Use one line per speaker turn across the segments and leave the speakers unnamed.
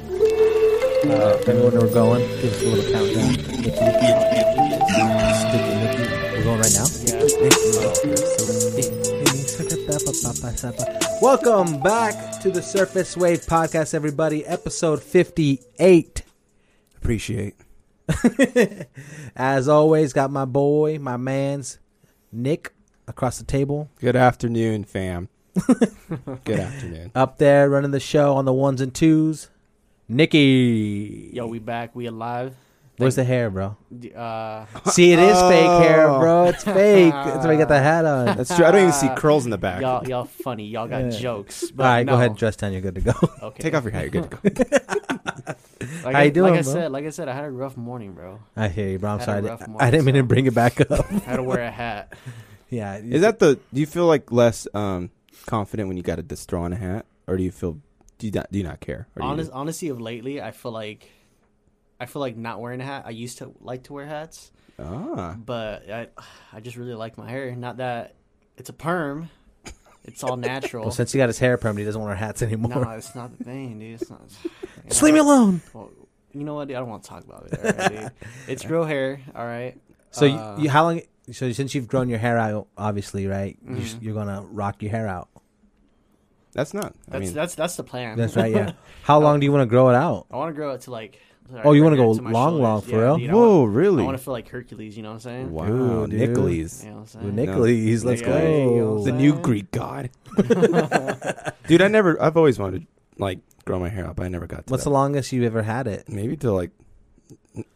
Uh, if anyone know we're going, give us a little countdown. Nikki, Nikki, Nikki, Nikki. We're going right now? Yeah. Welcome back to the Surface Wave Podcast, everybody. Episode 58.
Appreciate.
As always, got my boy, my man's Nick across the table.
Good afternoon, fam. Good afternoon.
Up there running the show on the ones and twos. Nikki.
Yo, we back. We alive.
Where's the hair, bro?
D- Uh,
See, it is fake hair,
Oh.
bro. It's fake. That's why I got the hat on. All
That's true. I don't even see curls in the back.
Uh, y'all, y'all funny. Y'all got
Yeah.
jokes. But
right,
no.
go ahead, dress down. You're good to go.
Okay.
Take off your hat. You're good to go.
Like,
How
I-
you doing,
Like I
bro?
said, like I said, I had a rough morning, bro.
I hear you, bro. I'm
Had a
sorry. I di-
rough
I didn't mean to bring
morning, so-
it back up.
I had to wear a hat.
yeah.
Is that the? Do you feel like less um confident when you got to just throw on a hat, or do you feel do you not do you not care? Or do you-
Honest, honestly, of lately, I feel like, I feel like not wearing a hat. I used to like to wear hats,
ah,
but I, I just really like my hair. Not that it's a perm. It's all natural.
Well, since he got his hair permed, he doesn't wear hats anymore.
no, it's not the thing, dude. It's not. you
Just
know,
leave me alone.
well, you know what? Dude? I don't want to talk about it. all right, dude? It's real hair. All right.
So
Uh,
you, you, how long? So since you've grown your hair out, obviously, right? You're, s-
Mhm.
you're gonna rock your hair out.
that's not. I
That's
mean,
that's that's the plan.
That's right. Yeah. How long do you want to grow it out?
I want to grow it to like.
Oh, you wanna
right here
go
my
long,
shoulders.
long, for real?
dude, I
whoa,
wanna-
really?
I want to feel like Hercules. You know what I'm saying?
wow,
Ooh, dude.
Nicholas,
You know what I'm
Ooh,
saying?
Nicholas, let's
Yeah,
go.
yeah,
the
yeah.
new Greek god. Dude, I never. I've always wanted to like grow my hair out, but I never got to.
What's
that.
the longest you've ever had it?
maybe to like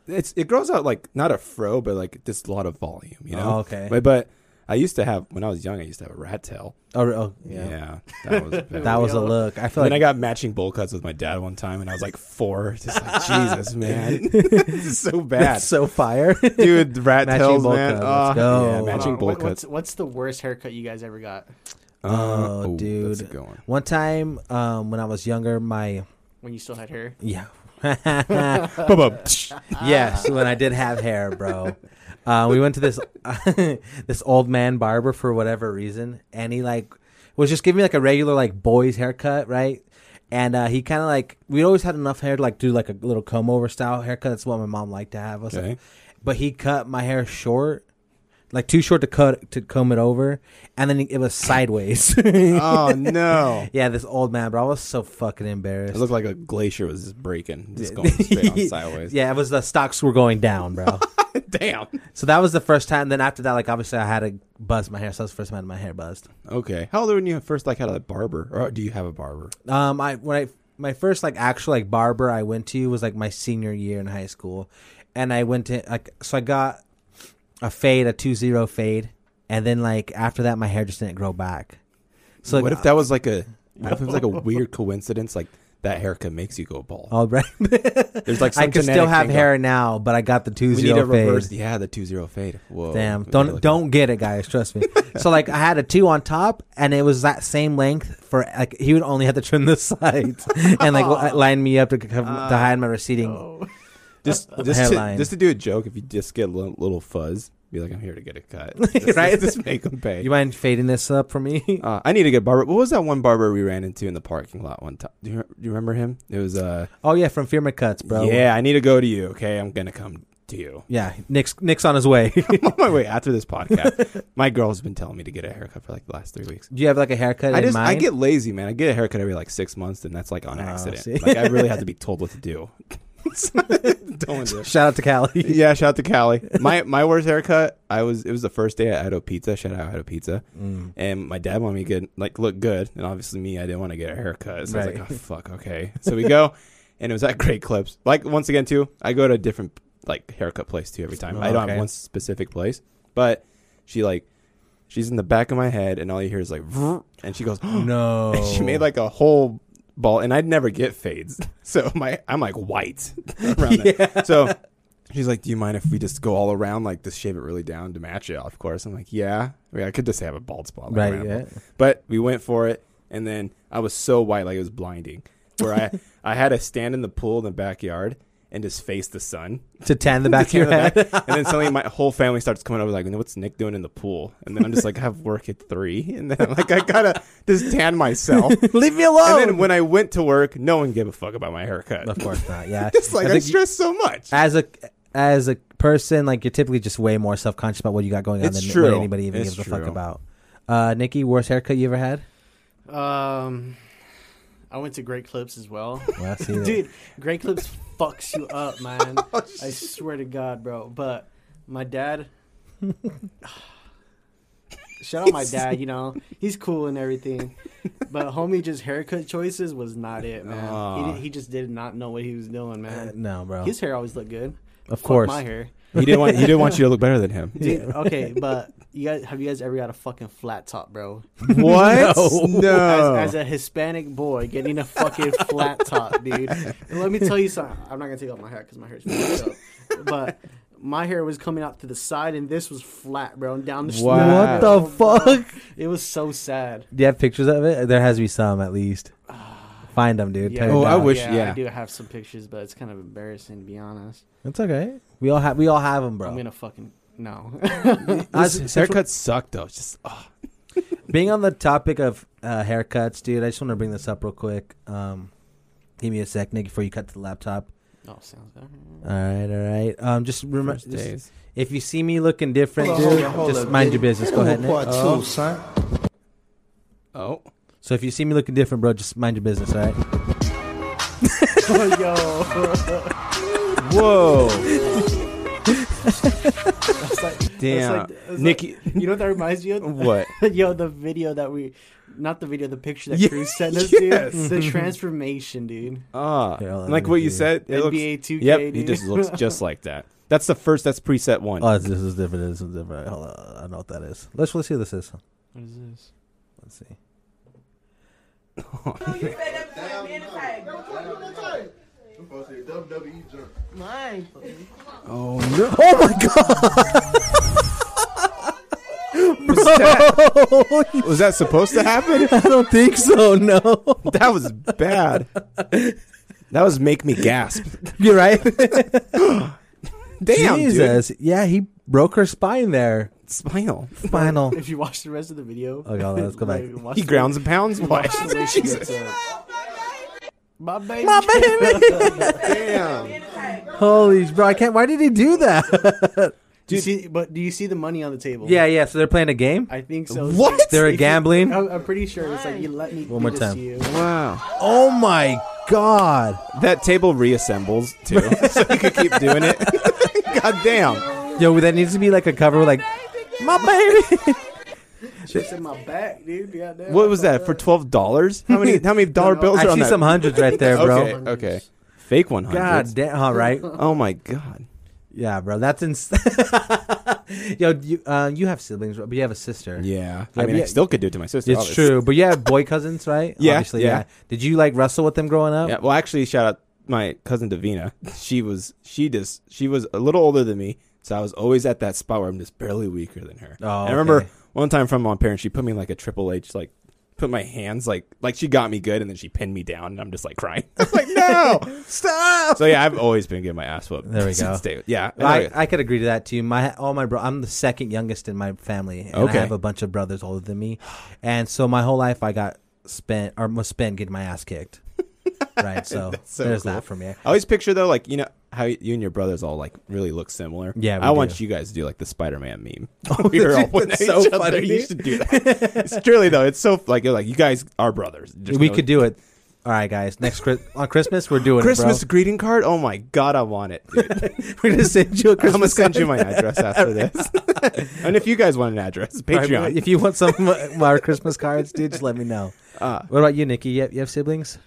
it's it grows out like not a fro but like just a lot of volume you know
Oh, okay.
but, but i used to have when i was young i used to have a rat tail
Oh, re- oh
yeah,
yeah.
that was bad.
That was a
Yeah.
look. I feel
and
like
then i got matching bowl cuts with my dad one time and i was like four just like jesus man this is so bad
that's so fire.
dude rat
Matching
tails
bowl
man
cut,
Ah,
let's go.
yeah
Hold
Hold
matching
on,
bowl
what-
cuts
What's what's the worst haircut you guys ever got
Uh,
Oh,
ooh,
dude.
that's a good one.
One time, um, when I was younger, my
when you still had hair?
yeah,
Ba-bum.
yes, when I did have hair, bro. Uh, we went to this this old man barber for whatever reason, and he like was just giving me like a regular like boy's haircut, right? And uh, he kind of like we always had enough hair to like do like a little comb over style haircut. That's what my mom liked to have us.
Okay.
But he cut my hair short, like too short to cut to comb it over, and then it was sideways.
oh no
yeah, this old man, bro. I was so fucking embarrassed.
it looked like a glacier was just breaking just going straight on sideways
Yeah, it was the stocks were going down, bro.
damn
so that was the first time. Then after that, like obviously, I had to buzz my hair. So that's the first time I had my hair buzzed.
Okay. How old were you first like had a barber? Or do you have a barber?
Um, I when I my first like actual like barber I went to was like my senior year in high school, and I went to like so I got a fade, a two zero fade, and then like after that, my hair just didn't grow back. So like,
what if that was like a what if it was like a weird coincidence like that haircut makes you go bald?
all right?
There's like some
Oh, I could still
genetic
have
thing
hair now, but I got the two
going- We need to
zero fade.
reverse yeah, the two zero fade. Whoa.
Damn!
We
Don't
gotta Oh, look
don't get it, guys. Trust me. so like, I had a two on top, and it was that same length for like he would only have to trim the sides and like li- line me up to, c- cover
Ah,
to hide my receding.
at- just just to,
hairline.
just to do a joke, if you just get a little, little fuzz, be like I'm here to get a cut. Just-
Right?
Just make them pay.
You mind fading this up for me?
uh, I need to get barber. What was that one barber we ran into in the parking lot one time? Do you, do you remember him? It was uh
oh yeah, from Fear My Cuts, bro.
Yeah, I need to go to you. Okay, I'm gonna come to you.
yeah. Nick's Nick's on his way. Do
on my way after this podcast. my girl's been telling me to get a haircut for like the last three weeks.
you have like a haircut
I
in
just I
mind?
get lazy, man. I get a haircut every like six months, and that's like on
Oh,
accident.
see.
Like I really have to be told what to do. Don't do.
Shout out to Callie.
Yeah, shout out to Callie. My my worst haircut. I was it was the first day at Idaho Pizza. Shout out Idaho Pizza.
Mm.
And my dad wanted me to get like look good, and obviously me, I didn't want to get a haircut. So I was
Right.
like, oh fuck, okay. So we go, and it was at Great Clips. Like once again, too, I go to a different like haircut place too every time. I don't
Okay.
have one specific place, but she like she's in the back of my head, and all you hear is like, "Vroom," and she goes,
no.
and she made like a whole ball, and I'd never get fades, so my I'm like white around that. So she's like, "Do you mind if we just go all around, like just shave it really down to match it?" Of course, I'm like, "Yeah, I, mean, I could just have a bald spot, like,
Right,
around a
yeah.
bald- But we went for it, and then I was so white, like it was blinding. Where I I had to stand in the pool in the backyard. and just face the sun.
to tan the back of your
Tan the
head.
back. and then suddenly my whole family starts coming over like, what's Nick doing in the pool? And then I'm just like, I have work at three. And then I'm like, I gotta just tan myself.
Leave me
And
alone.
then when I went to work, no one gave a fuck about my haircut.
of course not. Yeah,
It's like
I
I,
think
stress so much.
as a as a person, like you're typically just way more self conscious about what you got going on
It's
than
true.
what anybody even
It's
gives a fuck
true.
about. Uh, Nikki, worst haircut you ever had?
Um, I went to Great Clips as well.
Well, I see that.
Dude, Great Clips fucks you up, man.
Oh,
I swear to God, bro. But my dad. Shout out my dad, you know. He's cool and everything. But homie, just haircut choices was not it, man. He,
Aw.
did, he just did not know what he was doing, man.
Uh, no, bro.
His hair always looked good.
Of
Fuck
course.
My hair.
He didn't want he didn't want you to look better than him.
Dude, okay, but you guys have you guys ever got a fucking flat top, bro?
What?
No.
No.
As, as a Hispanic boy getting a fucking flat top, dude. And let me tell you something. I'm not gonna take off my hair because my hair's fucked up. But my hair was coming out to the side, and this was flat, bro, and down the
Wow.
What the
Oh, bro.
fuck?
It was so sad.
Do you have pictures of it? There has to be some at least. Find them, dude. Tear it
Oh, I
down.
wish- yeah.
I do have some pictures, but it's kind of embarrassing to be honest.
It's okay. We all have we all have them,
I'm
bro.
gonna fucking no.
As-
His
since we're-
haircut sucked though. It's Just oh,
being on the topic of uh, haircuts, dude, I just want to bring this up real quick. Um, give me a sec, Nick, before you cut to the laptop.
no, Oh, sounds good.
All right, all right. Um, just remember,
first days.
if you see me looking different,
Hold on,
dude,
hold on, hold
just
up,
mind your
dude.
business. Go ahead, Nick. Uh-huh.
Part
Oh.
two, son.
Oh.
So if you see me looking different, bro, just mind your business. All right.
Yo,
Whoa.
That's like- that's
Damn.
like- that's like-
Nikki
you know what that reminds you of?
What?
Yo, the video that we, not the video, the picture that
Yeah,
Cruz sent us,
yes.
dude.
Mm-hmm.
The transformation, dude.
Ah.
Here, I'll let
like
me
what
see.
you said. It looks,
NBA 2K.
yep,
dude.
he just looks just like that. That's the first that's preset one.
Oh, this is different. This is different. Hold on. I don't know what that is. Let's let's see what this is.
What is this?
Let's see.
Oh no. Oh my god. was, that, was that supposed to happen?
I don't think so. No,
That was bad. That was make me gasp.
you're right.
Damn,
Jesus. Yeah, he broke her spine there.
dude. Spinal.
Spinal.
If you watch the rest of the video.
Okay, hold on, Oh, let's go back.
like, watch
He
the-
grounds and pounds. Why?
watch the way she gets up. My baby.
Damn.
Holy bro, I can't. Why did he do that?
Do you see, but do you see the money on the table?
yeah, yeah. So they're playing a game.
I think so.
What?
They're
If you-
gambling.
I'm, I'm pretty sure it's like you let me
One
do
more
this
time.
to you.
Wow.
Oh my god.
That table reassembles too, so you could keep doing it. God damn.
Yo, that needs to be like a cover. Like my baby.
It's in my back, dude. Goddamn.
What was that for? Twelve dollars? How many? How many dollar bills
I
are on
see
that?
some hundreds right there, bro.
Okay. Okay. Fake one
God
hundred.
damn! All right,
Oh my god.
yeah, bro. That's ins- Yo, you uh, you have siblings, right? but you have a sister.
Yeah.
Yeah,
I mean,
but-
I still could do it to my sister.
it's
obviously.
true. But you have boy cousins, right?
Yeah,
Obviously,
yeah.
Did you like wrestle with them growing up?
Yeah. Well, actually, shout out my cousin Davina. She was she just she was a little older than me, so I was always at that spot where I'm just barely weaker than her.
Oh,
And I remember
okay.
one time from my parents, she put me in, like a triple H, like put my hands like like she got me good, and then she pinned me down, and I'm just like crying. I'm like no, stop. So yeah, I've always been getting my ass whooped.
There we go.
since day- Yeah.
I, I could agree to that too. My all my bro, I'm the second youngest in my family, and
Okay.
I have a bunch of brothers older than me, and so my whole life I got spent or was spent getting my ass kicked. right, so,
so
there's
cool.
that for me.
I always picture though, like you know how you and your brothers all like really look similar.
Yeah, we
I want
do. Oh,
you guys to do like the Spider-Man meme. we were all pointing at
so
each other.
funny.
You should do that. it's truly though, it's so like you're like you guys are brothers. Just
we
know-
could do it. All right, guys. Next Chris- on Christmas, we're doing
Christmas
It,
greeting card. Oh my god, I want it. Dude.
bro. We're gonna send you a
I'm gonna
Christmas.
send you my address after this. and if you guys want an address,
card.
Patreon.
If you want some of our Christmas cards, dude, just let me know.
Uh,
What about you, Nikki? You have, you have siblings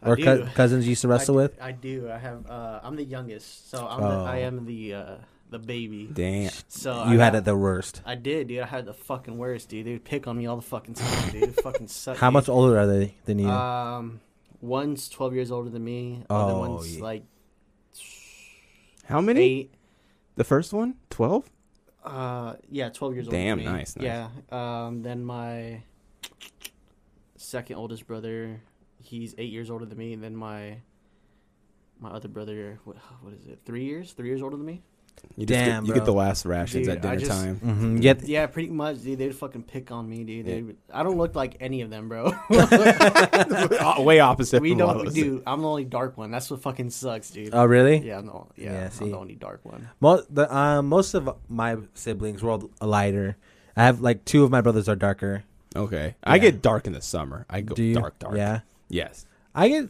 or
do.
cou- cousins you used to wrestle
I,
with?
I do. I have. Uh, I'm the youngest, so I'm
Oh.
the, I am the uh, the baby.
damn.
So Oh, I
You had
got-
it the worst.
I did, dude. I had the fucking worst, dude. They would pick on me all the fucking time, dude. It fucking sucked.
How
dude.
much older are they than you?
Um, one's twelve years older than me. other
Oh,
one's
yeah.
like
How many?
eight.
The first one? Twelve?
Uh, yeah, twelve years
Damn,
older. than me.
nice, nice.
Yeah. Um, then my second oldest brother, he's eight years older than me. And then my my other brother, what, what is it? Three years? Three years older than me?
You just
Damn,
get, you
bro.
get the last rations
Dude,
at
I
dinner
just-
time.
Mhm, Get
Yeah, pretty much, dude. They'd fucking pick on me, dude. They
Yeah.
would I don't look like any of them, bro.
O- Way opposite.
we
from all of
don't,
us.
dude. I'm the only dark one. That's what fucking sucks, dude.
Oh, really?
yeah, I'm the, only- yeah,
Yeah,
I'm
see.
the only dark one.
Most the uh, most of my siblings were all lighter. I have like two of my brothers are darker.
Okay, I get dark in the summer. I go
Do you?
dark, dark.
Yeah,
Yes.
I get. I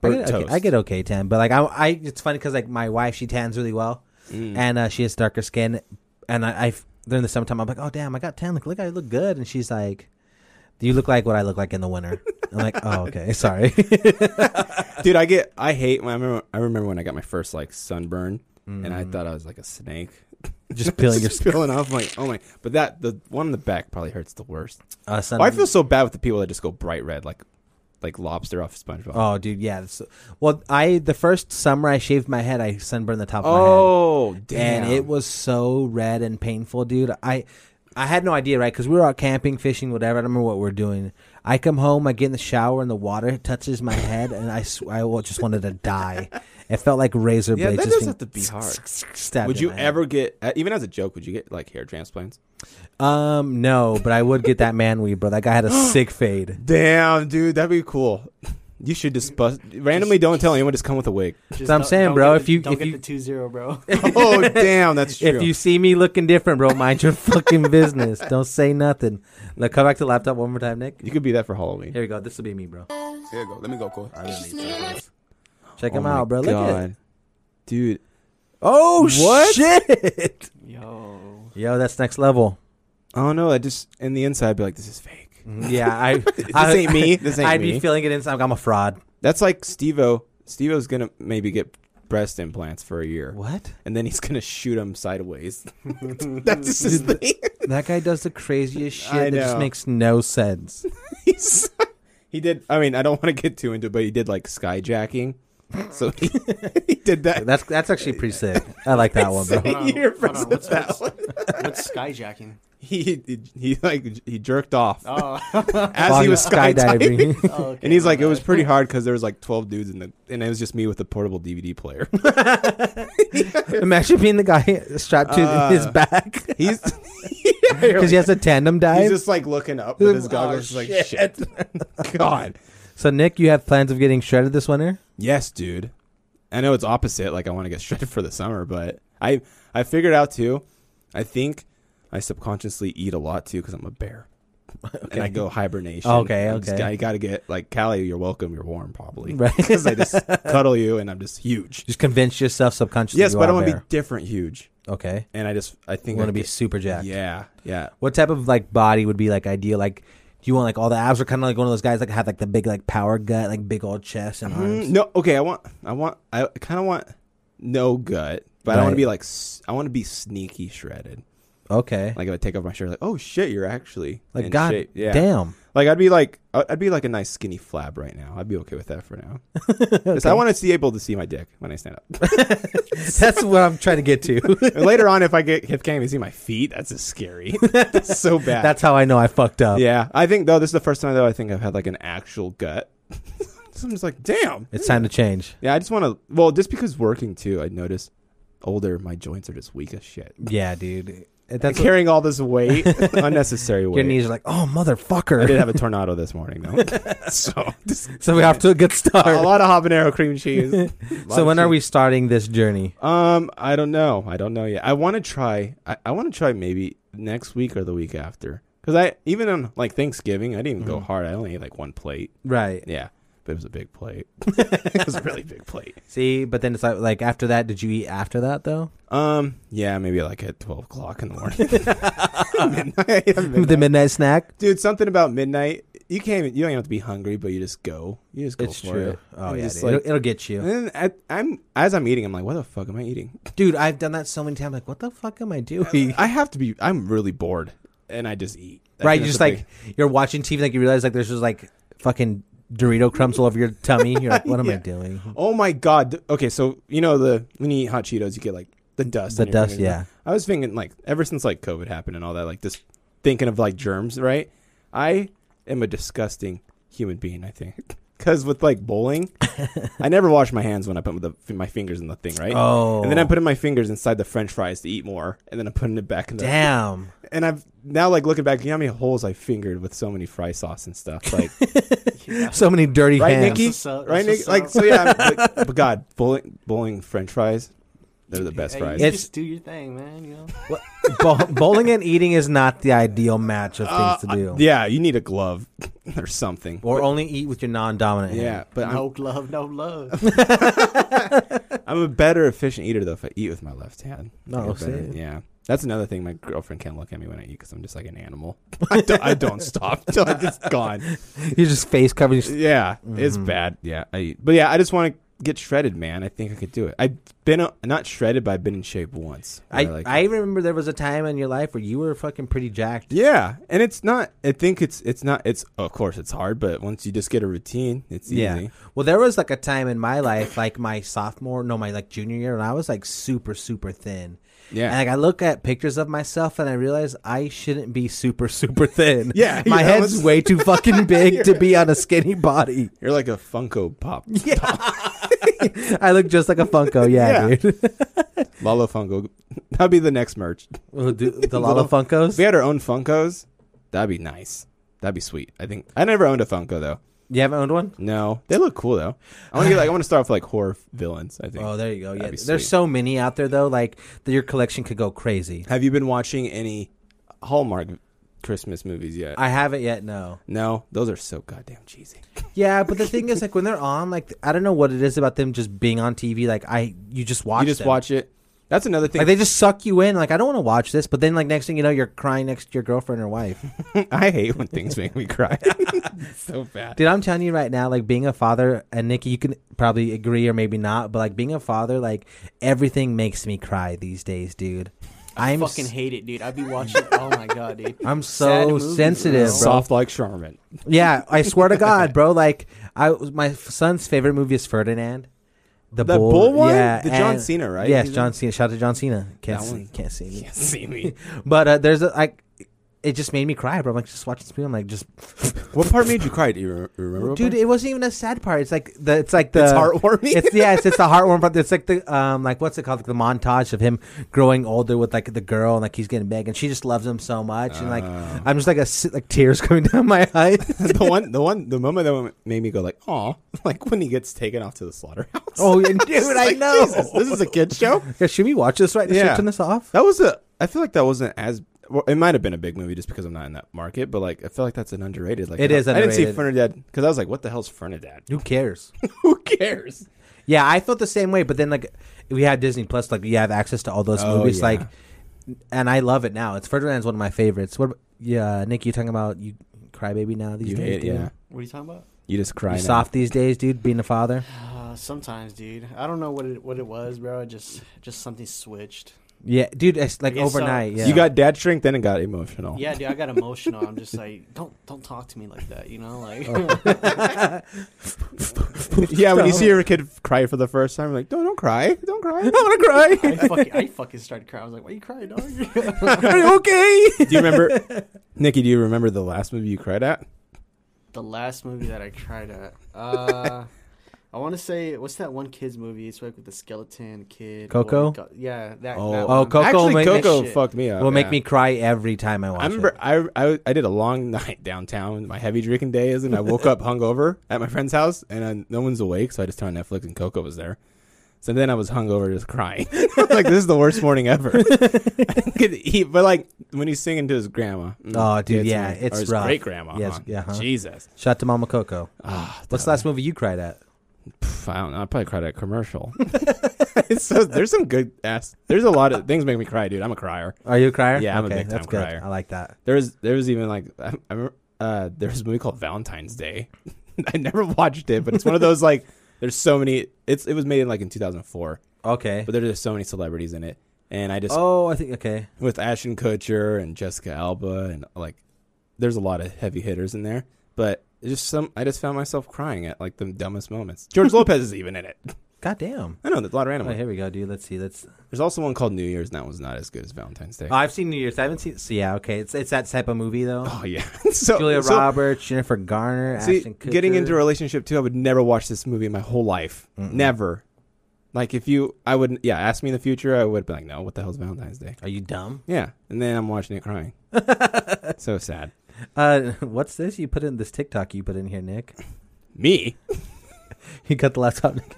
Burnt
get, okay,
toast.
I get okay tan, but like I, I it's funny because like my wife, she tans really well,
Mm.
and uh, she has darker skin, and I, I during the summertime I'm like, oh damn, I got tan. Like look, I look good, and she's like, do you look like what I look like in the winter? I'm like, oh okay, sorry.
dude i get i hate when i remember i remember when i got my first like sunburn and i thought i was like a snake
Just peeling your
just peeling off like oh my but that the one in the back probably hurts the worst
uh, sun.
oh, i feel so bad with the people that just go bright red like like lobster off spongebob
Oh, dude, yeah. that's- well, I the first summer I shaved my head, I sunburned the top of my head.
Oh, damn
and it was so red and painful, dude. I I had no idea, right? Because we were out camping, fishing, whatever. I don't remember what we are doing. I come home, I get in the shower, and the water touches my head, and I sw- I wa- just wanted to die. It felt like razor
yeah
blades.
that
just
doesn't
being
have to be hard
stabbed
would
in
you
my head.
ever get uh, even as a joke would you get like hair transplants
Um, no, but I would get that man weave, bro. That guy had a sick fade.
damn dude that'd be cool you should just bust randomly don't tell anyone just come with a wig
Just
what I'm
don't-
saying,
don't
bro.
get
If
the-
you-
don't
if
get
you-
the two zero, bro.
oh damn that's true
If you see me looking different, bro, mind your fucking business. Don't say nothing. Look, come back to the laptop one more time, Nick.
you could be that for halloween
Here we go. This will be me, bro.
here you go let me go cool
Check
Oh
him
my
out, bro. Look at
God. dude.
Oh
What?
shit!
Yo,
Yo, that's next level.
I don't know. I just in the inside, I'd be like, this is fake.
Yeah, I.
This ain't me. This ain't
I'd
me.
be feeling it inside. I'm a fraud.
That's like Stevo. Stevo's gonna maybe get breast implants for a year,
What?
and then he's gonna shoot them sideways. That's just his thing.
That guy does the craziest
I
shit that just
know.
makes no sense.
He's- he did. I mean, I don't want to get too into, it, but he did like skyjacking. So he, he did that.
That's that's actually pretty sick. I like that one, bro.
Hold on,
You're
hold on,
impressed with
what's-
that
what's- What's skyjacking?
He, he he like he jerked off
Oh,
as
While
he
you're
was skydiving.
Oh, okay,
And he's
my
like, it was
bad.
pretty hard because there was like twelve dudes in the, and it was just me with a portable DVD player.
Imagine being the guy strapped to
Uh,
his back
He's
because he has a tandem
he's
dive.
just like looking up with his
Oh,
goggles, like shit. God,
so Nick, you have plans of getting shredded this winter?
yes, dude. I know it's opposite. Like I want to get shredded for the summer, but I I figured out too. I think I subconsciously eat a lot too because I'm a bear, and I go hibernation.
Okay,
I'm just-
okay.
I got to get like Callie. You're welcome. You're warm, probably.
Right.
Because I just cuddle you, and I'm just huge.
Just convince yourself subconsciously.
yes,
you
but
are
I want to be
there.
different huge,
okay.
and I just I
You
think I
want to be
could-
super jacked.
Yeah, yeah.
What type of like body would be like ideal? Like, do you want like all the abs, or kind of like one of those guys that have like the big like power gut, like big old chest and
Mm,
arms?
no, okay. I want, I want, I kind of want no gut, but I don't want
Right.
to be like, s- I want to be sneaky shredded.
Okay,
Like if I take off my shirt, like, oh shit, you're actually
like
in
God
shape. Yeah.
damn.
Like I'd be like, I- I'd be like a nice skinny flab right now. I'd be okay with that for now. 'Cause I want to be able to see my dick when I stand up.
That's what I'm trying to get to.
and later on, if I get if can't even see my feet, that's just scary. that's so bad.
That's how I know I fucked up.
yeah. I think though this is the first time though I think I've had like an actual gut. so I'm just like, damn.
It's time to change.
Yeah, I just want to. Well, just because working too, I notice older, my joints are just weak as shit.
Yeah, dude.
I'm
That's what,
carrying all this weight, unnecessary weight.
your knees are like, oh
I did
motherfucker.
have a tornado this morning though, so just
So we're off to a good
a
start.
lot of habanero cream cheese. A lot
So
of
when are we
cheese.
starting this journey?
Um, I don't know. I don't know yet. I want to try. I, I want to try maybe next week or the week after. Cause I even on like Thanksgiving, I didn't even
Mm.
go hard. I only ate like one plate.
Right.
Yeah, but it was a big plate. it was a really big plate.
See, but then it's like, like after that, did you eat after that though?
Um, yeah, maybe like at twelve o'clock in the morning. Midnight.
The midnight snack.
Dude, something about midnight. You can't. Even, you don't even have to be hungry, but you just go. You just go
It's
for
true.
it.
Oh
And
yeah,
just,
dude.
like-
it'll, it'll get you.
and then at, I'm as I'm eating, I'm like, what the fuck am I eating?
Dude, I've done that so many times. Like, what the fuck am I doing?
I have to be. I'm really bored, and I just eat. I
right,
think
you're just
that's the
like
big-
you're watching TV, like you realize like there's just like fucking Dorito crumbs all over your tummy. You're like, what am I
Yeah.
doing?
oh my god. Okay, so you know the when you eat hot Cheetos, you get like the dust.
The
in your
dust,
fingers.
yeah.
I was thinking like ever since like COVID happened and all that, like just thinking of like germs, right? I am a disgusting human being. I think. Because with like bowling, I never wash my hands when I put the, my fingers in the thing, right?
Oh.
And then I'm putting my fingers inside the French fries to eat more, and then I'm putting it back in the.
Damn.
And I've now like looking back, you know how many holes I fingered with so many fry sauce and stuff, like
So many dirty
right,
hands.
Nikki?
what's up,
Right, Nikki?
that's what's
Like
up.
so, yeah. I'm, like, but God, bowling, bowling French fries, they're the best
Hey,
fries.
you
It's-
just do your thing, man. You know,
What- Bow- bowling and eating is not the ideal match of things
Uh,
to do.
I- yeah, you need a glove or something.
Or only eat with your non-dominant hand.
yeah, but
no glove, no love.
I'm, I'm a better efficient eater though if I eat with my left hand.
No,
Like a
see?
better- yeah. That's another thing. My girlfriend can't look at me when I eat because I'm just like an animal. I, don't, I don't stop till I'm just gone.
You're just face covered. You're just-
Yeah, it's
Mm-hmm.
bad. Yeah, I eat. But yeah, I just want to get shredded, man. I think I could do it. I've been uh not shredded, but I've been in shape once.
I,
where, like,
I remember there was a time in your life where you were fucking pretty jacked.
Yeah, and it's not. I think it's it's not. It's of course it's hard, but once you just get a routine, it's easy.
Yeah. Well, there was like a time in my life, like my sophomore, no, my like junior year, and I was like super, super thin.
Yeah.
And like I look at pictures of myself and I realize I shouldn't be super, super thin.
Yeah,
My
you know,
head's
it's-
way too fucking big to be on a skinny body.
You're like a Funko Pop,
I look just like a Funko. Yeah,
Yeah.
dude.
Lalo Funko. That'd be the next merch.
Well, do- the Lala Funkos.
If we had our own Funkos, that'd be nice. That'd be sweet. I think I never owned a Funko though.
You haven't owned one?
No, they look cool though. I want to get like I want to start off like horror villains. I think.
Oh, there you go. Yeah,
That'd be
there's
sweet.
so many out there though. Like that, your collection could go crazy.
Have you been watching any Hallmark Christmas movies yet?
I haven't yet. No.
no, those are so goddamn cheesy.
Yeah, but the thing is, like when they're on, like I don't know what it is about them just being on TV. Like I, you just watch.
You just
them.
watch it. That's another thing.
Like they just suck you in. Like I don't want to watch this, but then like next thing you know, you're crying next to your girlfriend or wife.
I hate when things make me cry. so bad.
Dude, I'm telling you right now, like being a father, and Nikki, you can probably agree or maybe not, but like being a father, like everything makes me cry these days, dude. I'm
fucking
s-
hate it, dude. I'd be watching. Oh my god, dude.
I'm
Sad
so
movies,
sensitive,
bro.
bro.
Soft like Charmin.
Yeah, I swear to God, bro. Like, I my son's favorite movie is Ferdinand. The,
The bull one?
yeah,
The John
and-
Cena, right?
Yes,
He's
John Cena. Shout out to John Cena. Can't
That
see,
one.
can't see me.
see me.
But uh, there's a like, it just made me cry, bro. I'm like just watching this movie. I'm like, just
what part made you cry? Do you re- remember? what
dude,
part?
it wasn't even a sad part. It's like the, it's like the
it's heartwarming.
It's yeah, it's, it's the heartwarming part. It's like the um, like what's it called? Like the montage of him growing older with like the girl, and like he's getting big, and she just loves him so much, and like
Oh.
I'm just like a s- like tears coming down my eyes.
the one, the one, the moment that made me go like, "Aw!" Like when he gets taken off to the slaughterhouse.
oh, and dude,
It's
I
like,
know.
Jesus, this is a kid show.
Yeah, should we watch this right? Should
Yeah.
we turn this off?
That was a. I feel like that wasn't as. Well, it might have been a big movie just because I'm not in that market, but like I feel like that's an underrated. Like
It
I,
is
I didn't see
underrated.
Fernadad because I was like, "What the hell's Fernadad?
Who cares?
Who cares?"
yeah, I felt the same way. But then like we had Disney Plus, like you have access to all those
Oh,
movies,
yeah.
like, and I love it now. It's Ferdinand's one of my favorites. What? About, yeah, Nick, you talking about you crybaby now these
You
days?
hate,
dude?
yeah.
What are you talking about?
You just cry.
You
now.
soft these days, dude. Being a father.
Uh, sometimes, dude. I don't know what it what it was, bro. I just just something switched.
Yeah, dude. It's like
I guess so.
overnight. Yeah.
You got dad strength, then it got emotional.
Oh.
Yeah, dude. I got emotional. I'm just like, don't don't talk to me like that. You know,
Oh,
like
yeah. When you see your kid cry for the first time, you're like, "No, don't cry, don't cry."
I'm gonna cry.
I fucking I fucking started crying. I was like, why you crying, dog?
Are you okay?
do you remember, Nikki? Do you remember the last movie you cried at?
the last movie that I cried at. Uh, I want to say what's that one kids movie? It's like with the skeleton kid.
Coco?
Oh, God. yeah, that.
Oh.
that
Oh,
one.
Coco
Actually,
make-
Coco
shit.
fucked me up.
Will make
Oh, yeah.
me cry every time I watch
I remember I, I I did a long night downtown, my heavy drinking days, and I woke up hungover at my friend's house, and I, no one's awake, so I just turned on Netflix, and Coco was there. So then I was hungover, just crying. like this is the worst morning ever. I could eat, but like when he's singing to his grandma. mm,
Oh, dude,
it's
yeah,
me.
it's
or his
rough.
great grandma.
Yes,
huh?
yeah, huh?
Jesus.
it. Shout out to Mama Coco.
Ah,
What's the last movie you cried at?
pff, I don't know. I probably cried at a commercial. It's so, there's some good ass. There's a lot of things make me cry, dude. I'm a crier.
Are you a crier?
Yeah, I'm a big-time
that's good.
crier.
I like that.
There was there was even like I, I remember, uh, there was a movie called Valentine's Day. I never watched it, but it's one of those like there's so many. It's it was made in like in 2004,
Okay.
but there's just so many celebrities in it, and I just
Oh, I think okay.
with Ashton Kutcher and Jessica Alba and like there's a lot of heavy hitters in there, but it's just some I just found myself crying at like the dumbest moments. George Lopez is even in it.
God damn.
I know there's a lot of
Oh,
random. ones.
here we go, dude. Let's see. Let's.
There's also one called New Year's. and That one's not as good as Valentine's Day.
Oh, I've seen New Year's. I haven't seen. So yeah, okay. It's it's that type of movie though.
oh yeah. so
Julia
so,
Roberts, Jennifer Garner,
See,
Ashton Kutcher.
getting into a relationship too, I would never watch this movie in my whole life. Never. Like if you, I would, yeah. Ask me in the future, I would be like, no, what the hell's Valentine's Day?
Are you dumb?
Yeah, and then I'm watching it crying. so sad.
Uh, what's this? You put in this TikTok you put in here, Nick.
Me
You cut the laptop. Nick.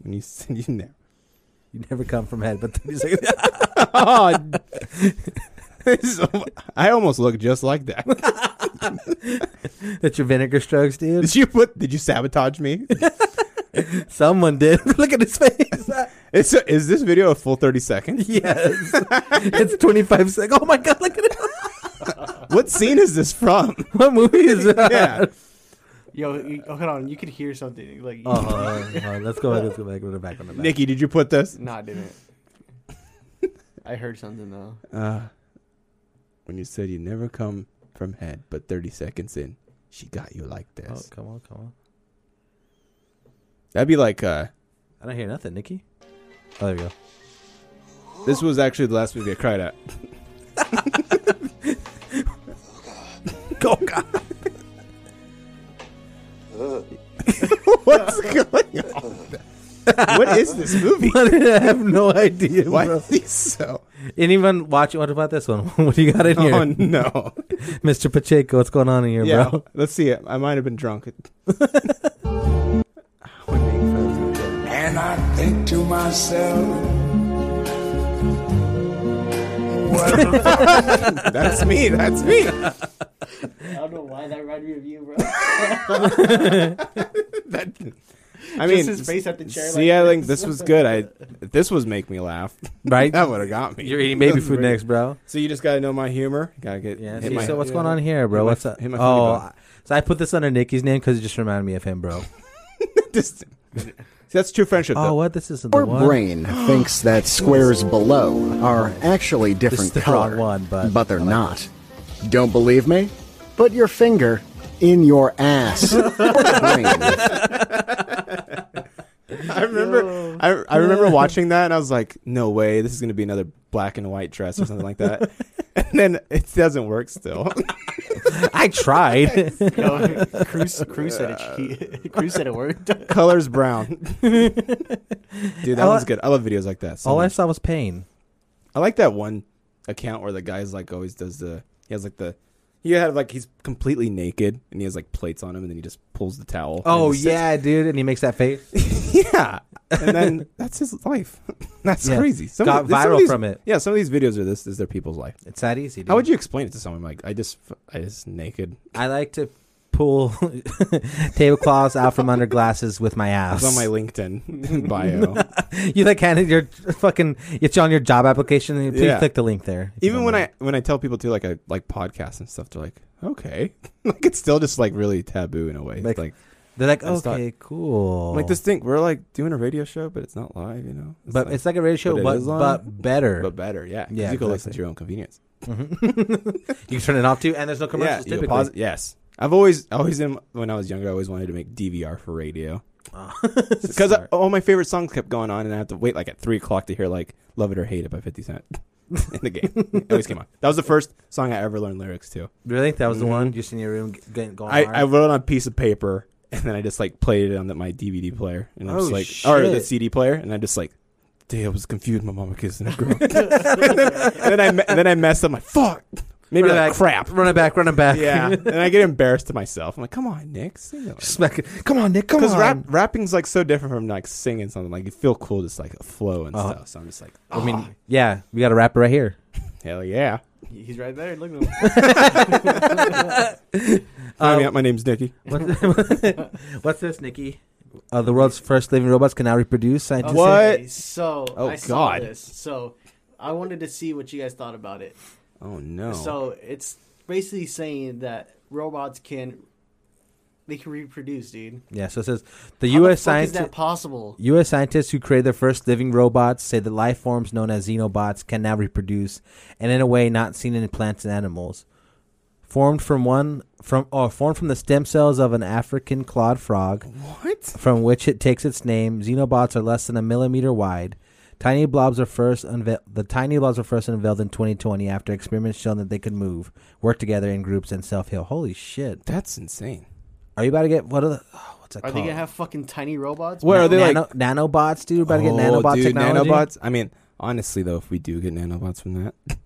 when you send you there.
You never come from head, but he's like,
oh, so, I almost look just like that.
that's your vinegar strokes, dude.
Did you put? Did you sabotage me?
Someone did. Look at his face.
Is is this video a full thirty seconds?
yes, it's twenty five seconds. Oh my god, look at it.
What scene is this from?
What movie is that?
Yeah,
Yo, you, oh, hold on. You could hear something. Like,
Oh, hold
Uh-huh.
on, hold on. let's go back. Let's go back. We're back on the back.
Nikki, did you put this?
no, I didn't. I heard something though.
Uh, when you said you never come from head, but 30 seconds in, she got you like
Oh,
this.
come on, come on.
That'd be like, uh,
I don't hear nothing, Nikki. Oh, there we go.
this was actually the last movie I cried at.
Go God.
What's going on? what is this movie?
I have no idea.
Why
Bro.
is he so?
Anyone watching? What about this one? what do you got in here,
Oh, no.
Mr. Pacheco? What's going on in here,
Yeah,
bro?
let's see it. I might have been drunk. We're being friends with them.
And I think to myself,
That's me. That's me.
I don't know why that reminded me of you, bro.
That, I mean,
his face at the chair
See,
like
I think this was good. I this was make me laugh.
Right?
that would have got me.
You're eating baby
That's
food
pretty-
next, bro.
So you just gotta know my humor. Gotta get
Yeah.
hit
see,
my-
so what's
yeah.
going on here, bro?
my-
what's up?
hit my funny
oh,
bone.
I- so I put this under Nikki's name because it just reminded me of him, bro.
Just- see, that's true friendship.
oh,
though.
what? This isn't
Our
the one.
brain thinks that squares below are actually
This is
different
the
color,
wrong one, but
they're not. Don't believe me? Put your finger in your ass. Brain.
I remember. I, I remember watching that, and I was like, "No way! This is gonna be another black and white dress or something like that." and then it doesn't work. Still,
I tried.
Yo, Cruz, Cruz said it. He, Cruz said it worked.
colors brown. Dude, that
I
one's
li-
good. I love videos like that. So
All I
much.
saw was pain.
I like that one account where the guy's like always does the he has like the he had like he's completely naked and he has like plates on him and then he just pulls the towel. and
Oh
just
yeah, dude, and he makes that face.
sits- yeah. And then that's his life. that's
Yeah.
crazy. Some
Got
of, the- some
viral
of these-
from it.
Yeah, some of these videos are this is their people's life.
It's that easy. Dude.
How would you explain it to someone? Like I just I just naked.
I like to pull tablecloths out from under glasses with my ass.
It's on my LinkedIn bio.
you like handed your fucking it's on your job application. and you- Please
Yeah.
click the link there. if you
Even
don't
when
mind.
I when I tell people to like I like podcasts and stuff, they're like, okay. like it's still just like really taboo in a way. It's
Like-
like
they're like,
I just thought-
okay, cool.
Like this thing, we're like doing a radio show, but it's not live, you know.
Oh. but it's like a radio show,
but it
but
is
but,
on-
better.
but better, yeah. 'cause
Yeah,
you can listen
exactly.
to your own convenience.
you can turn it off too, and there's no commercials
yeah, you
typically.
pause it- yes. I've always, I always, in, when I was younger, I always wanted to make DVR for radio
Oh.
because
Smart.
all my favorite songs kept going on, and I had to wait like at three o'clock to hear like "Love It or Hate It" by Fifty Cent in the game. it always came on. That was the first song I ever learned lyrics to.
really, that was the one just in your room g- getting going.
Mm-hmm. I,
hard?
I wrote on a piece of paper, and then I just like played it on the, my DVD player, and I was
Oh,
like, or the
shit.
CD player, and I just like. Day I was confused. My mama kissing a girl. and then, then I me- then I messed up. My fuck. Maybe
Run it
like
back.
crap.
run it back, run it back.
Yeah. and I get embarrassed to myself. I'm like, come on, Nick, sing it.
smack it. Come on, Nick. Come
Because
on.
rap, rapping's like so different from like singing something. Like you feel cool, just like a flow and
Uh-huh.
stuff. So I'm just like,
I mean, yeah, we got a rapper right here.
hell yeah.
He's right there. Look at him.
Uh,
Hi, my- my name's Nicky.
What's this, Nikki? Uh, the world's first living robots can now reproduce. Scientists
What?
say-
Okay, So
Oh,
I saw
God.
this. So I wanted to see what you guys thought about it.
Oh no.
So it's basically saying that robots can they can reproduce, dude.
Yeah. So it says the
How the
U.S.
fuck is
scientists.
that possible?
U.S. scientists who created the first living robots say that life forms known as xenobots can now reproduce, and in a way not seen in plants and animals. formed from one from or formed from the stem cells of an African clawed frog,
What?
from which it takes its name. Xenobots are less than a millimeter wide. Tiny blobs are first unve- the tiny blobs were first unveiled in 2020 after experiments shown that they could move, work together in groups, and self heal. Holy shit!
That's insane.
Are you about to get what are the oh, what's that
Are
called?
they gonna have fucking tiny robots?
Where are they like?
Nano- nanobots, dude? About to get
Oh,
nanobot
dude,
technology.
Nanobots. I mean, honestly though, if we do get nanobots from that, I'm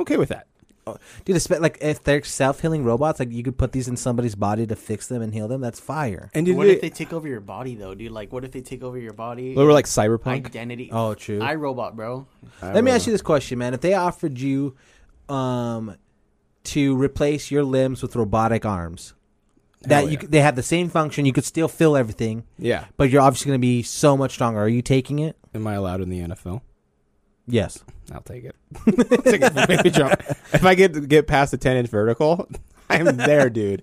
okay with that.
Oh, Dude, it's like if they're self healing robots, like you could put these in somebody's body to fix them and heal them. That's fire.
And did
What if
they,
they take over your body though, dude? Like, what if they take over your body?
they were like cyberpunk?
identity.
Oh, true.
I robot, bro.
Let me ask you this question, man. If they offered you, um, to replace your limbs with robotic arms, that
Hell
you
yeah.
c- they have the same function, you could still feel everything,
Yeah.
but you're obviously going to be so much stronger. Are you taking it?
Am I allowed in the NFL?
Yes.
I'll take it. take it for baby jump. If I get get past the ten inch vertical, I'm there, dude.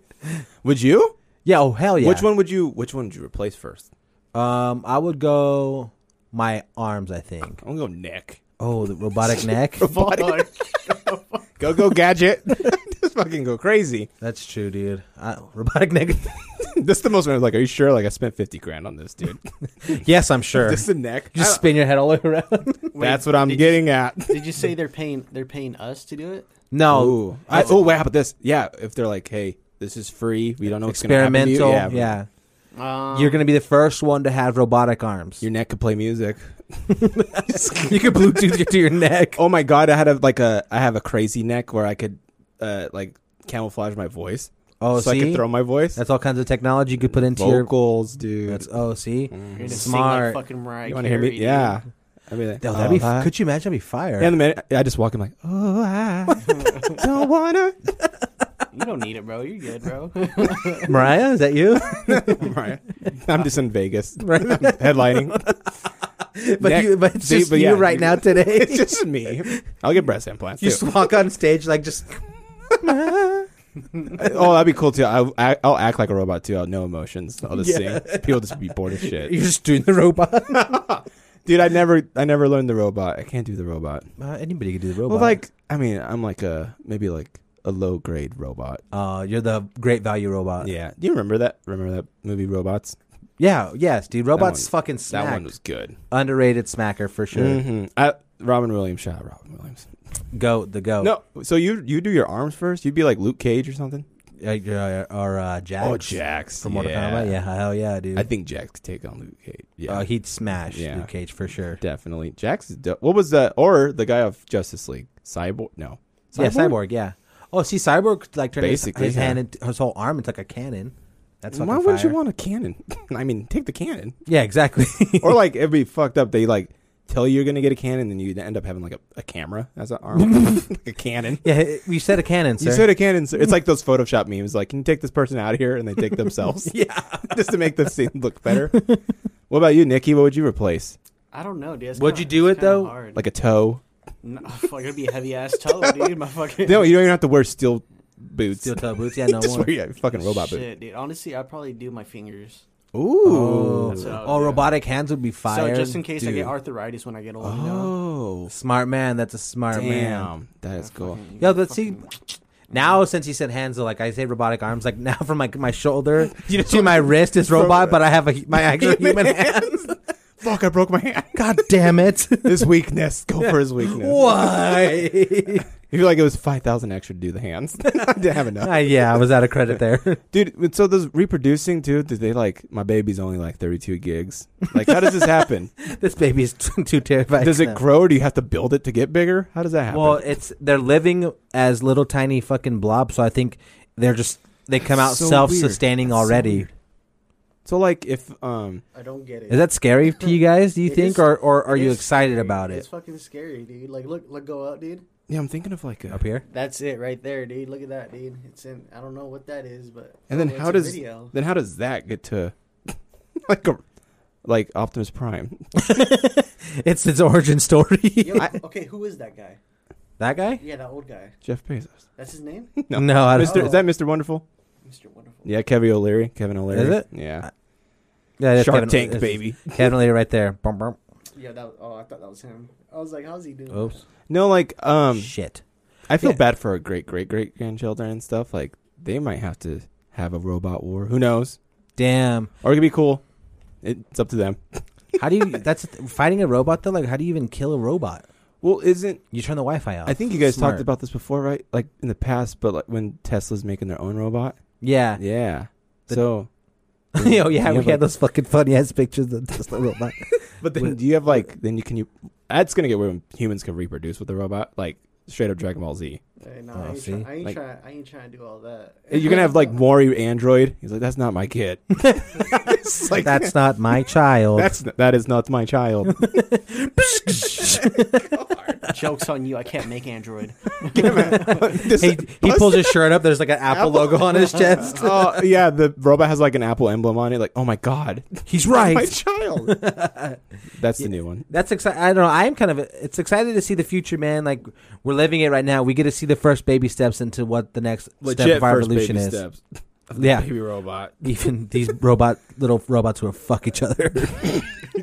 Would you?
Yeah. Oh hell yeah.
Which one would you? Which one would you replace first?
Um, I would go my arms. I think.
I'm gonna go Nick.
Oh, the robotic neck.
Body. go go gadget. Just fucking go crazy.
That's true, dude. I, robotic neck.
This is the most. Like, are you sure? Like, I spent fifty grand on this, dude.
yes, I'm sure.
Just the neck.
You just spin your head all the way around.
That's what I'm
did you-
getting at.
Did you say they're paying? They're paying us to do it?
no.
Ooh. I, oh, wait, how about this? Yeah, if they're like, hey, this is free. We don't know what's going to happen to you.
experimental.
but
yeah.
Um,
You're going to be the first one to have robotic arms.
Your neck could play music.
you can Bluetooth it to your neck.
Oh my god, I had a like a I have a crazy neck where I could uh like camouflage my voice.
Oh,
so
see?
I could throw my voice.
That's all kinds of technology you could put into your.
vocals, dude.
That's, oh, see?
Mm.
you're gonna
Smart.
Sing like fucking Mariah
you want to hear
Carey,
me?
dude.
Yeah. I mean,
Oh, that'd be,
oh,
could you imagine? That'd be fire.
and the minute I just walk, I'm like, oh, I don't wanna.
You don't need it, bro. You're good, bro.
Mariah, is that you?
Right. I'm just in Vegas, headlining.
but
Neck-
you, but it's
see,
just
but yeah.
you right now today.
It's just me. I'll get breast implants.
you
too.
just walk on stage like just.
Oh, that'd be cool too. I'll, I- I'll act like a robot too. I'll no emotions. I'll just
Yeah.
sing. People just be bored as
You're
shit.
just doing the robot.
Dude, I never, I never learned the robot. I can't do the robot.
Uh, anybody could do the robot.
Well, like, I mean, I'm like a maybe like a low grade robot.
uh, you're the great value robot.
Uh, Yeah. Do you remember that? Remember that movie Robots?
Yeah, yes, dude. Robots
one-
fucking
That
smack.
one was good.
Underrated smacker for sure.
hmm I, Robin Williams. Shout out Robin Williams.
Goat, the goat.
Oh. No, so you you do your arms first. You'd be like Luke Cage or something.
Uh, uh, or uh, Jax.
Oh, Jax
From Mortal Kombat. Yeah, hell yeah, dude.
I think Jax could take on Luke Cage. Yeah.
Uh, he'd smash
Yeah.
Luke Cage for sure.
Definitely. Jax is dope. What was that? Or the guy of Justice League. Cyborg? No.
Yeah, Cyborg. Yeah. Oh, see, Cyborg like turned his,
Basically,
his
yeah.
hand, into, his whole arm into like a cannon. That's
Why
fucking
wouldn't
fire.
you want a cannon? I mean, take the cannon.
Yeah, exactly.
Or like it'd be fucked up. They like tell you you're gonna get a cannon, and you end up having like a, a camera as an arm, like a cannon.
yeah, you said a cannon, sir.
You said a cannon. sir. It's like those Photoshop memes. Like, can you take this person out of here? And they take themselves.
yeah.
just to make the scene look better. what about you, Nikki? What would you replace?
I don't know, dude. It's
Would
kinda-
you do
it's
it,
kinda
though?
Hard.
Like a toe?
no, fuck, it'd be a heavy ass toe, dude. My fucking
No, you don't even have to wear steel boots.
Steel toe boots. Yeah, no
just
more.
wear your fucking robot boot.
shit, dude. Honestly, I'd probably do my fingers.
Ooh.
Oh,
That's what I would
oh
do.
robotic hands would be fire.
so just in case I
dude.
get arthritis when I get old, you know.
Oh.
Smart man. That's a smart man.
Damn. That is cool.
Yo, but see. Now, since you said hands, like I say, robotic arms. Like now, from like my shoulder to my wrist is robot, but I have a my actual human hands.
Fuck, I broke my hand.
God damn it!
his weakness. Go for his weakness.
Why?
You feel like it was five thousand extra to do the hands. I didn't have enough,
Ah, yeah, I was out of credit there.
dude. So those reproducing, dude. Did they like my baby's only like thirty-two gigs? Like, how does this happen?
this baby is t- too terrified.
does it
now.
grow? Or do you have to build it to get bigger? How does that happen?
Well, it's they're living as little tiny fucking blobs, so I think they're just they come out
so
self-sustaining
weird. That's so
already.
weird. so like, if um,
I don't get it.
is that scary to you guys? Do you
It
think,
is-
or or are
It
you
is
excited
scary.
about
It's
it?
fucking scary, dude. Like, look, look, go up, dude.
yeah, I'm thinking of like a.
Up here,
That's it right there, dude. Look at that, dude. It's in. I don't know what that is, but
And then
oh, it's
how
a
does
video.
then how does that get to like a like Optimus Prime?
it's its origin story.
Yo, okay, who is that guy?
that guy?
Yeah, that old guy.
Jeff Bezos.
That's his name,
No, I don't.
Mister, is that Mister Wonderful?
Mr. Wonderful.
Yeah, Kevin O'Leary. Kevin O'Leary.
Is it?
Yeah.
Yeah, that's
Shark
Kevin-
Tank,
that's-
baby.
Kevin Lee right there. Bum, bum.
Yeah, that. Oh, I thought that was him. I was like, how's he doing?
Oops.
No, like um,
Shit.
I feel
Yeah.
bad for our great great great grandchildren and stuff. Like they might have to have a robot war. Who knows?
Damn.
Or it could be cool. It's up to them.
How do you? That's fighting a robot though. Like, how do you even kill a robot?
Well, isn't
You turn the Wi-Fi off.
I think you guys
Uh, Smart.
talked about this before, right? Like in the past, but like when Tesla's making their own robot.
Yeah.
Yeah.
Uh, The-
so,
oh yeah, we
have,
had
like-
those fucking funny ass pictures of Tesla robot.
but then
With-
do you have like then you can you? That's gonna get where humans can reproduce with the robot, like straight up Dragon Ball Z.
Hey, no,
Oh,
I ain't,
see?
try, I, ain't
Like-
try, I ain't trying to do all that.
You're gonna have like Maury Android. He's like, that's not my kid. it's like that's
That's not my child.
that's that is not my child.
jokes on you. I can't make Android.
This-
he he pulls his shirt up. There's like an Apple, logo on his chest.
Oh yeah, the robot has like an Apple emblem on it. Like, oh my god,
He's
my
right.
child. That's the new one.
That's exciting. I don't know. I am kind of. It's exciting to see the future, man. Like we're living it right now. We get to see the first baby steps into what the next step of our evolution is.
steps.
Yeah.
baby robot.
Even these robot little robots who fuck each other.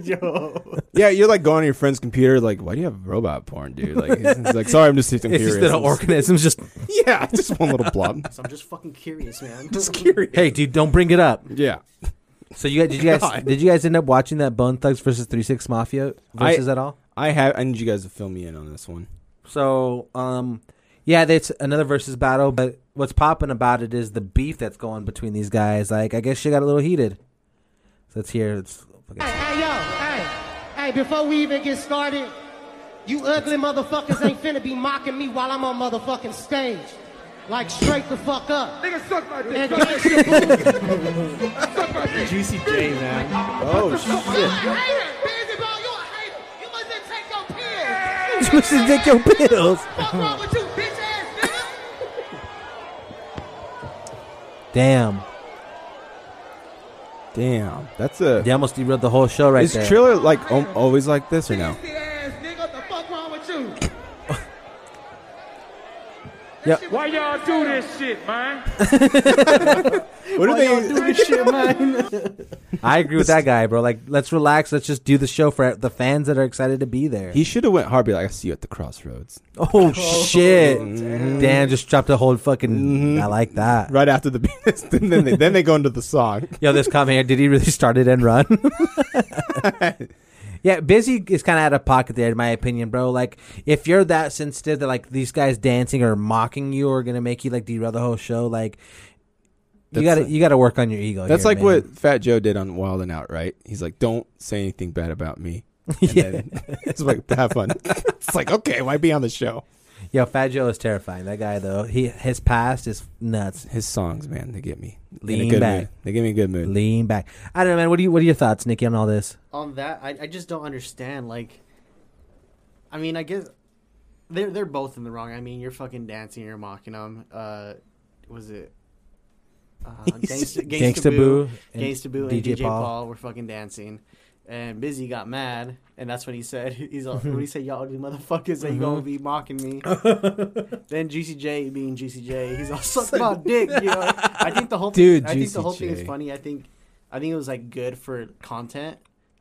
Yo,
Yeah, you're like going on your friend's computer. Like, why do you have robot porn, dude? Like, he's, he's like, sorry, I'm just I'm
it's
curious.
just little
I'm just-
organisms. Just
Yeah, just one little blob.
so I'm just fucking curious, man.
just curious.
hey, dude, don't bring it up.
Yeah,
So you guys, did you guys
God.
did you guys end up watching that Bone Thugs versus Three Six Mafia
I-
versus at all?
I have. I need you guys to fill me in on this one.
So, um, yeah, that's another versus battle. But what's popping about it is the beef that's going between these guys. Like, I guess she got a little heated. So let's hear. It's
Hey, hey, yo, hey, hey, before we even get started, you ugly motherfuckers ain't finna be mocking me while I'm on motherfucking stage. Like, straight the fuck up. Nigga, suck my dick.
Juicy J, man.
Oh shit!
Juicy dick your pills.
Fuck wrong with you, bitch ass nigga?
Damn,
Damn, that's a.
they almost derailed the whole show right
is
there.
Triller like om- always like this or no?
Nasty ass nigga, the fuck wrong with you?
Yep.
Why y'all do this shit?
What are
Y'all do this shit, man.
I agree with that guy, bro. Like, let's relax. Let's just do the show for the fans that are excited to be there.
He should have went hard. Be like, I see you at the crossroads.
oh shit! Dan just dropped a whole fucking. I like that.
Right after the beat, and then they, then they go into the song.
Yo, this comment here. Did he really start it and run? yeah, busy is kind of out of pocket there, in my opinion, bro. Like, if you're that sensitive that like these guys dancing or mocking you are gonna make you like derail the whole show, like you
That's
gotta
like-
you gotta work on your ego.
That's
here,
like
man.
what Fat Joe did on Wild and Out, right? He's like, "Don't say anything bad about me." And
Yeah.
then- it's like have fun. it's like okay, why be on the show?
Yo, Fat Joe is terrifying. That guy though, he his past is nuts.
His songs, man, they get me. In a
Lean
good
back.
mood. They give me a good mood.
Lean back. I don't know, man. What do you what are your thoughts, Nikki, on all this?
On that, I, I just don't understand. Like, I mean, I guess they're they're both in the wrong. I mean, you're fucking dancing, you're mocking them. Uh, was it? Uh, Gangsta,
Gangsta Boo and
Gangsta Boo, and
DJ
DJ,
Paul.
Paul. were fucking dancing, and Busy got mad, and that's when he said, "He's all, when he said, y'all ugly motherfuckers, ain't gonna be mocking me." then Juicy J, being Juicy J, he's all suck my dick. You know, I think the whole
Dude,
thing, I think
Juicy
the whole thing is
J.
funny. I think, I think it was like good for content.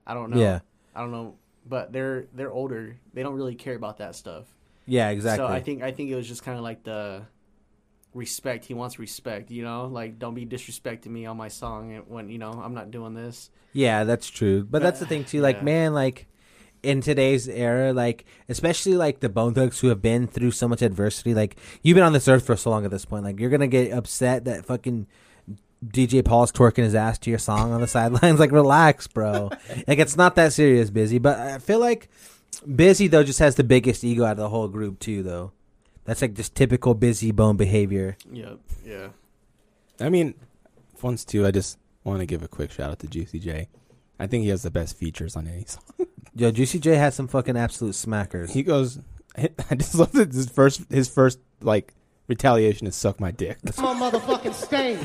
I don't know.
Yeah.
I don't know, but they're they're older. They don't really care about that stuff.
Yeah, exactly.
So I think I think it was just kind of like the respect. He wants respect, you know, like don't be disrespecting me on my song when you know I'm not doing this.
Yeah, that's true. But that's the thing too. Like,
yeah.
man, like in today's era, like especially like the Bone Thugs who have been through so much adversity. Like you've been on this earth for so long at this point. Like you're gonna get upset that fucking DJ Paul's twerking his ass to your song on the sidelines. Like, relax, bro. like it's not that serious, busy. But I feel like busy though just has the biggest ego out of the whole group too, though. That's like just typical busy bone behavior.
Yep. Yeah.
I mean, once too, I just want to give a quick shout out to Juicy J. I think he has the best features on any song.
Yo, Juicy J has some fucking absolute smackers.
He goes, I just love that his first his first like retaliation is suck my dick.
I'm on motherfucking stage.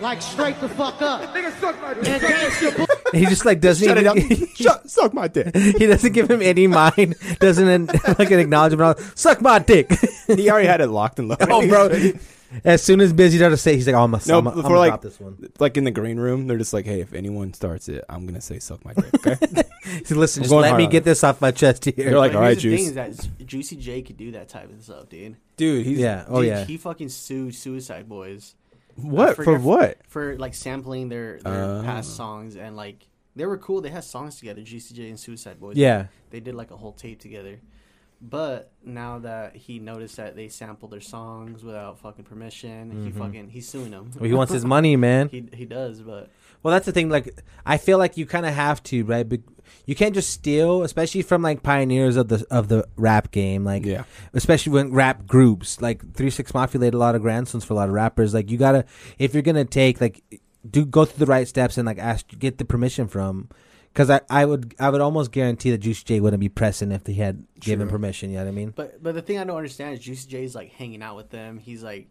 Like, straight the fuck up. Nigga, suck my dick. Gangsta Boo.
He just like doesn't
Shut it up.
even-
Shut, suck my dick.
he doesn't give him any mind. Doesn't an, like an acknowledgement. at all. Suck my dick.
He already had it locked and loaded.
oh, bro. As soon as Busy does say, he's like, oh, I'm gonna,
No,
I'm gonna- I'm
before
gonna
like
drop this one.
like in the green room, they're just like, "Hey, if anyone starts it, I'm gonna say suck my dick." Okay?
So listen, just
going
let
hard
me
on
get
it.
this off my chest here.
You're like,
But
all right,
here's the
Juice.
Thing is that Juicy J could do that type of stuff, dude.
Dude, he's
yeah. Oh
Dude,
yeah.
He fucking sued Suicide Boys. I
What
forget-
for? What?
For like sampling their, their past songs and like they were cool. They had songs together, GCJ and Suicide Boys.
Yeah.
They did like a whole tape together. But now that he noticed that they sampled their songs without fucking permission, he fucking he's suing them.
Well, he wants his money, man.
He he does, but
Well, that's the thing. Like, I feel like you kind of have to, right? Be- You can't just steal, especially from like pioneers of the of the rap game. Like,
Yeah.
especially when rap groups like Three Six Mafia laid a lot of grandsons for a lot of rappers. Like, you gotta if you're gonna take like do go through the right steps and like ask get the permission from. Because I, I would I would almost guarantee that Juice J wouldn't be pressing if they had given permission. You know what I mean?
But but the thing I don't understand is Juicy J's like hanging out with them. He's like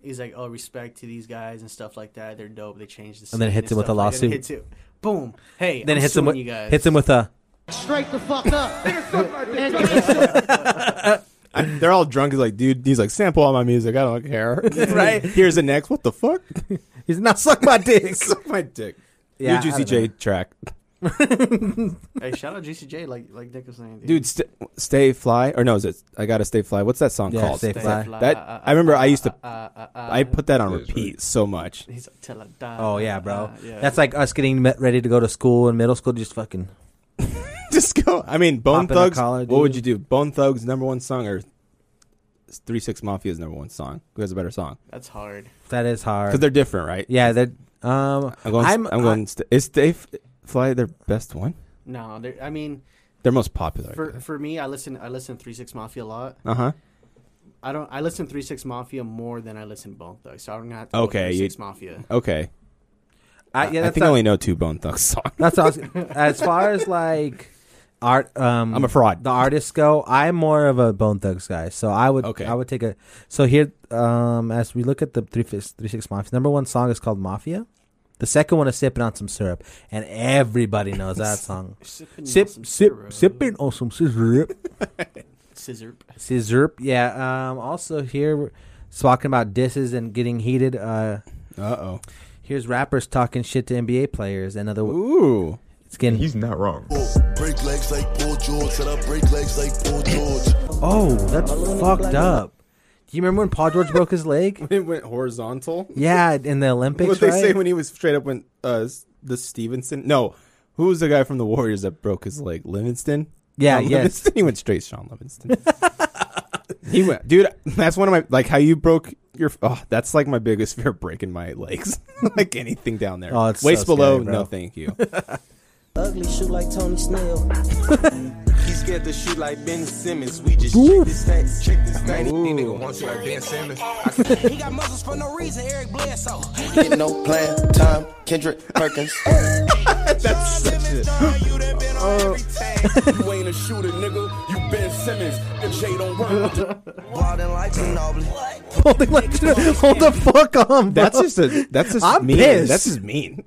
he's like, Oh, respect to these guys and stuff like that. They're dope. They changed the
And then
scene
hits him with
stuff
a
like that. And
lawsuit.
hits it. Boom. Hey,
Then
I'm
hits him
suing
with
you guys.
hits him with a
Straight the fuck up. and
They're all drunk. He's like, dude, he's like, sample all my music. I don't care.
Right.
Here's the next. What the fuck?
he's not suck my dick.
Suck my dick.
Yeah,
New
I
Juicy
don't
J
know.
track.
hey, shout out Juicy J like like Nick was saying.
Dude, st- Stay Fly. Or no, is it I Gotta Stay Fly? What's that song
Yeah,
called?
Stay Fly.
That, I remember I
Uh,
used to, I put that on
That is
repeat so much.
He's like, tell her, die.
Oh yeah, bro.
Uh, yeah.
That's like us getting me- ready to go to school in middle school. Just fucking
Just go. I mean, Bone
Popping a
Thugs.
collar,
what would you
dude.
do? Bone Thugs' number one song or Three Six Mafia's number one song? Who has a better song?
that's hard.
that is
Because
hard.
they're different, right?
Yeah, that. Um,
I'm going.
I'm,
I'm, going. st- is Stay F- Fly their best one?
No, there- I mean
Their most popular.
for for me, I listen I listen to Three Six Mafia a lot.
uh huh.
I don't I listen to Three Six Mafia more than I listen to Bone Thugs, so I'm gonna have to
Okay,
Three
you-
Six Mafia.
Okay.
I, yeah,
I
that's
think
not-
I only know two Bone Thugs songs.
that's what I was- as far as like art. Um,
I'm a fraud.
The artists go. I'm more of a Bone Thugs guy, so I would.
Okay.
I would take a. So here, um, as we look at the three six three six mafia, number one song is called Mafia. The second one is sipping on some syrup, and everybody knows that song.
Sipping
Sip,
on some
sip,
syrup.
sipping on some syrup.
Scissor.
Scissorp, yeah. Um, also here, we're talking about disses and getting heated. Uh,
Uh
here's rappers talking shit to NBA players. Another,
oh. Ooh.
it's getting.
He's not wrong.
Break legs like Paul George. Said I break legs like Paul George.
oh, that's fucked up. Do you remember when Paul George broke his leg?
It went horizontal.
Yeah, in the Olympics,
What they
right?
say when he was straight up when uh s- the Stevenson? No, who was the guy from the Warriors that broke his leg? Livingston.
Yeah,
Sean
yes.
Livingston? He went straight Sean Livingston. he went, dude. That's one of my like how you broke your. Oh, that's like my biggest fear: breaking my legs, like anything down there.
Oh, it's
Waist
so
below,
scary, bro.
no, thank you.
Ugly shoot like Tony Snell. He's scared to shoot like Ben Simmons. We just check this stats. Check this stats.
Ooh.
He got muscles for no reason. Eric Bledsoe.
Get no plan. Time. Kendrick Perkins.
that's such a.
you ain't a shooter, nigga. You Ben Simmons. And Jay don't work.
Balding like Ginobili.
Holding like, hold the fuck on, bro.
That's just a. That's just
I'm
mean.
pissed.
That's just mean.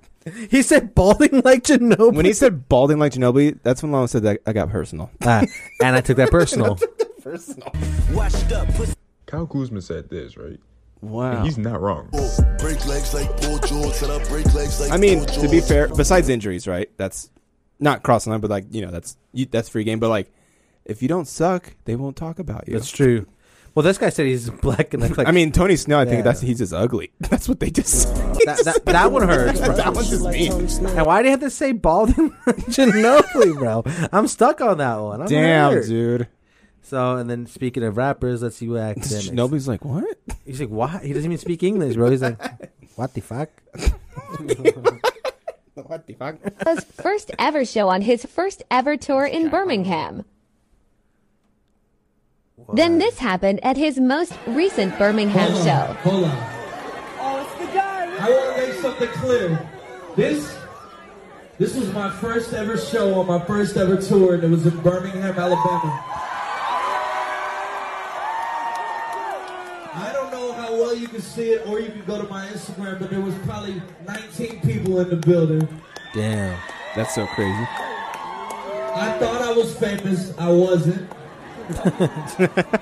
he said balding like Ginobili.
When he said balding like Ginobili, that's when Lon said that I got personal.
Ah, and I took that personal.
Washed up. Pussy
Kyle Kuzma said this, right?
Wow.
And he's not wrong.
Break legs like Paul George. Said I break legs like
I mean,
Paul
to be
George.
fair, besides injuries, right? That's not cross line, but like you know, that's you, that's free game. But like, if you don't suck, they won't talk about you.
That's true. Well, this guy said he's black and like.
I mean, Tony Snell. I
Yeah.
think that's he's just ugly. That's what they just.
that, that, that one hurts, bro.
that was just
like Tony
mean.
Snell.
And why do you have to say balding Ginobili, bro? I'm stuck on that one. I'm
Damn,
hurt.
dude.
So, and then speaking of rappers, let's see what academics.
Nobody's like, what?
He's like, what? He doesn't even speak English, bro. He's like, what the fuck?
What the fuck?
His first ever show on his first ever tour in Birmingham. Then this happened at his most recent Birmingham show.
Hold on. I want to make something clear. This, this was my first ever show on my first ever tour, and it was in Birmingham, Alabama. I don't know how well you can see it, or you can go to my Instagram, but there was probably 19 people in the building.
Damn.
That's so crazy.
I thought I was famous. I wasn't. but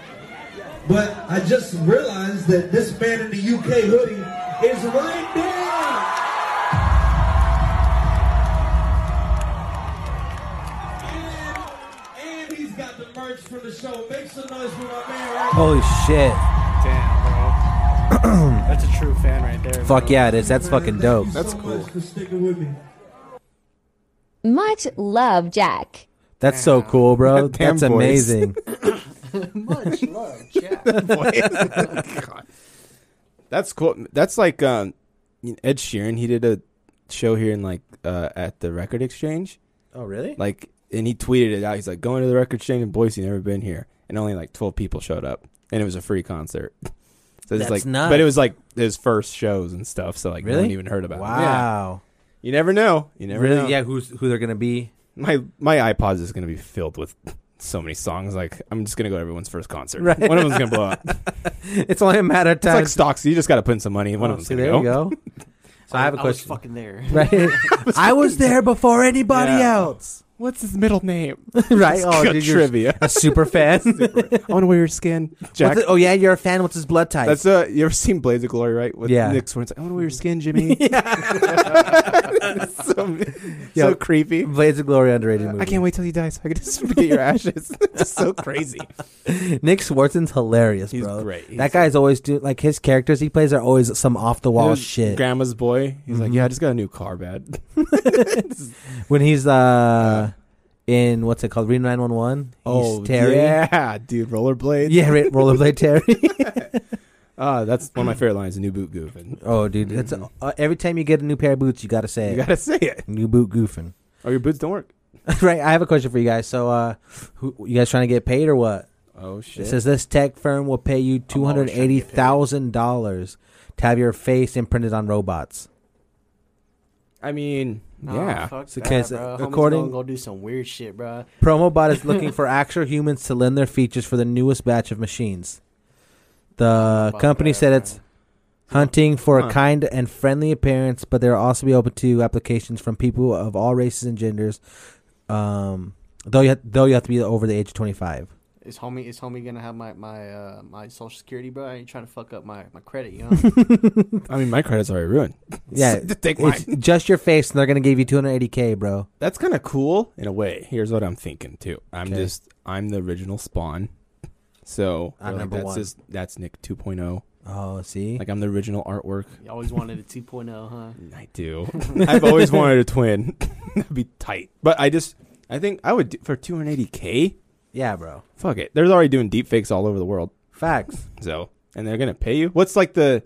I just realized that this man in the UK hoodie is right there. merch from the show. Make some noise for my man right
Holy shit.
Damn, bro. That's a true fan right there.
Fuck
bro.
yeah, it is. That's fucking dope.
That's cool. For sticking with me.
Much love, Jack.
That's so cool, bro.
That damn
That's
voice.
amazing.
Much love, Jack.
God. That's cool. That's like um, Ed Sheeran. He did a show here in like uh, at the Record Exchange.
Oh, really?
Like, and he tweeted it out. He's like, going to the Record Exchange in Boise. Never been here, and only like twelve people showed up, and it was a free concert. So
That's
it's like,
nuts.
but it was like his first shows and stuff. So like, no one
Really?
even heard about. it. Yeah.
Wow.
You never know. You never
really?
know.
Yeah, who's who they're going to be?
My my iPod is gonna be filled with so many songs. Like, I'm just gonna go to everyone's first concert.
Right.
One of them's gonna blow up.
It's only a matter of
It's
time.
like stocks. You just got to put in some money. One
Oh,
of them's
see,
gonna
there you go. So I have a
I was
question.
fucking there.
Right? I was there before anybody
Yeah.
else.
What's his middle name?
right? Oh,
Good
dude, you're
trivia.
a super fan.
I want to wear your skin, Jack.
What's it- oh yeah, you're a fan. What's his blood type?
That's uh, you ever seen Blades of Glory, right? With
Yeah.
Nick Swann's like, I want to wear your skin, Jimmy. so,
Yeah.
so creepy.
Blades of Glory underrated movie.
I can't wait till he dies. so I can just get your ashes. it's so crazy.
Nick Swartzen's hilarious,
He's
bro.
great. He's
that guy's always do like his characters he plays are always some off the wall
His
shit. Mm-hmm.
Grandma's boy. He's like, yeah, I just got a new car, bad.
when he's uh, in what's it called, Reno Nine One One. Terry.
Oh, yeah, dude, rollerblades.
Yeah, right, rollerblade Terry.
Ah, that's one of my favorite lines. New boot goofing.
oh, dude, that's uh, every time you get a new pair of boots, you gotta say
You
it.
gotta say it,
new boot goofing.
or your boots don't work.
right, I have a question for you guys. So, uh, who you guys trying to get paid or what?
Oh
It
shit.
says this tech firm will pay you two hundred eighty thousand dollars to have your face imprinted on robots.
I mean,
Nah,
yeah.
Oh, fuck
So
that,
can I say-
bro.
according-
According, gonna go do some weird shit, bro.
Promobot is looking for actual humans to lend their features for the newest batch of machines. The
Fuck
company
that,
said
bro.
it's hunting for a
Huh.
kind and friendly appearance, but they'll also be open to applications from people of all races and genders. Um, though you have, though you have to be over the age of twenty five.
Is homie is homie gonna have my my uh, my social security, bro? I ain't trying to fuck up my, my credit, you know.
I mean, my credit's already ruined.
Yeah,
Take
it's
mine.
just your face, and they're gonna give you two hundred eighty k, bro.
That's kind of cool in a way. Here's what I'm thinking too. I'm
'Kay.
just I'm the original Spawn, so
I'm
like,
number
that's
one.
that's Nick 2.0.
Oh, see,
Like I'm the original artwork.
you always wanted a 2.0, huh?
I do. I've always wanted a twin. That'd be tight. But I just I think I would do, for 280k.
yeah, bro.
Fuck it. They're already doing deep fakes all over the world.
Facts.
So and they're gonna pay you. What's like the?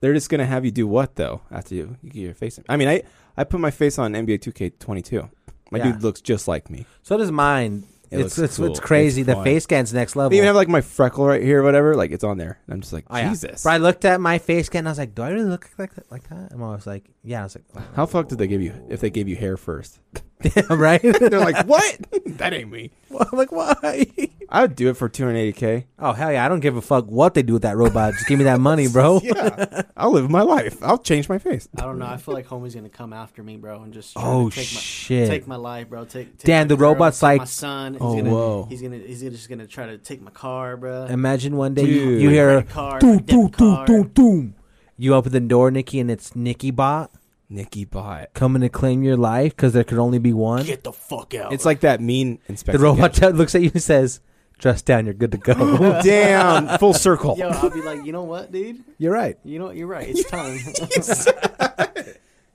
They're just gonna have you do what though after you, you get your face. I mean, I I put my face on NBA 2K22. My
Yeah.
dude looks just like me.
So does mine.
It
it's
looks
it's,
cool.
it's crazy.
It's
the
fun.
face scan's next level.
They even have like my freckle right here, or whatever. Like it's on there. And I'm just like,
Oh, yeah.
Jesus.
But I looked at my face scan. and I was like, Do I really look like that? Like that? And I was like, Yeah. I was like, oh,
How fuck did they give you if they gave you hair first?
Damn right.
They're like, what? that ain't me.
I'm like, why?
I would do it for 280k.
Oh hell yeah! I don't give a fuck what they do with that robot. Just give me that money, bro.
Yeah, I'll live my life. I'll change my face.
I don't know. I feel like homie's gonna come after me, bro, and just try
Oh
to take
shit!
my take my life, bro. Take, take
Damn,
my
the robot's
take my
like-
son. He's
Oh,
gonna,
whoa.
He's gonna he's gonna- just gonna try to take my car, bro.
Imagine one day you,
Dude.
you
My
hear a
credit card,
doom,
my
doom,
debit
doom,
card.
doom, doom. You open the door, Nikki, and it's Nikki Bot
Nikki bot.
coming to claim your life because there could only be one.
Get the fuck out.
It's like that mean
the
inspector.
robot looks at you and says, "Dress down. You're good to go."
Damn, full circle.
yo. I'll be like, you know what, dude?
you're right.
You know what? You're right. It's time.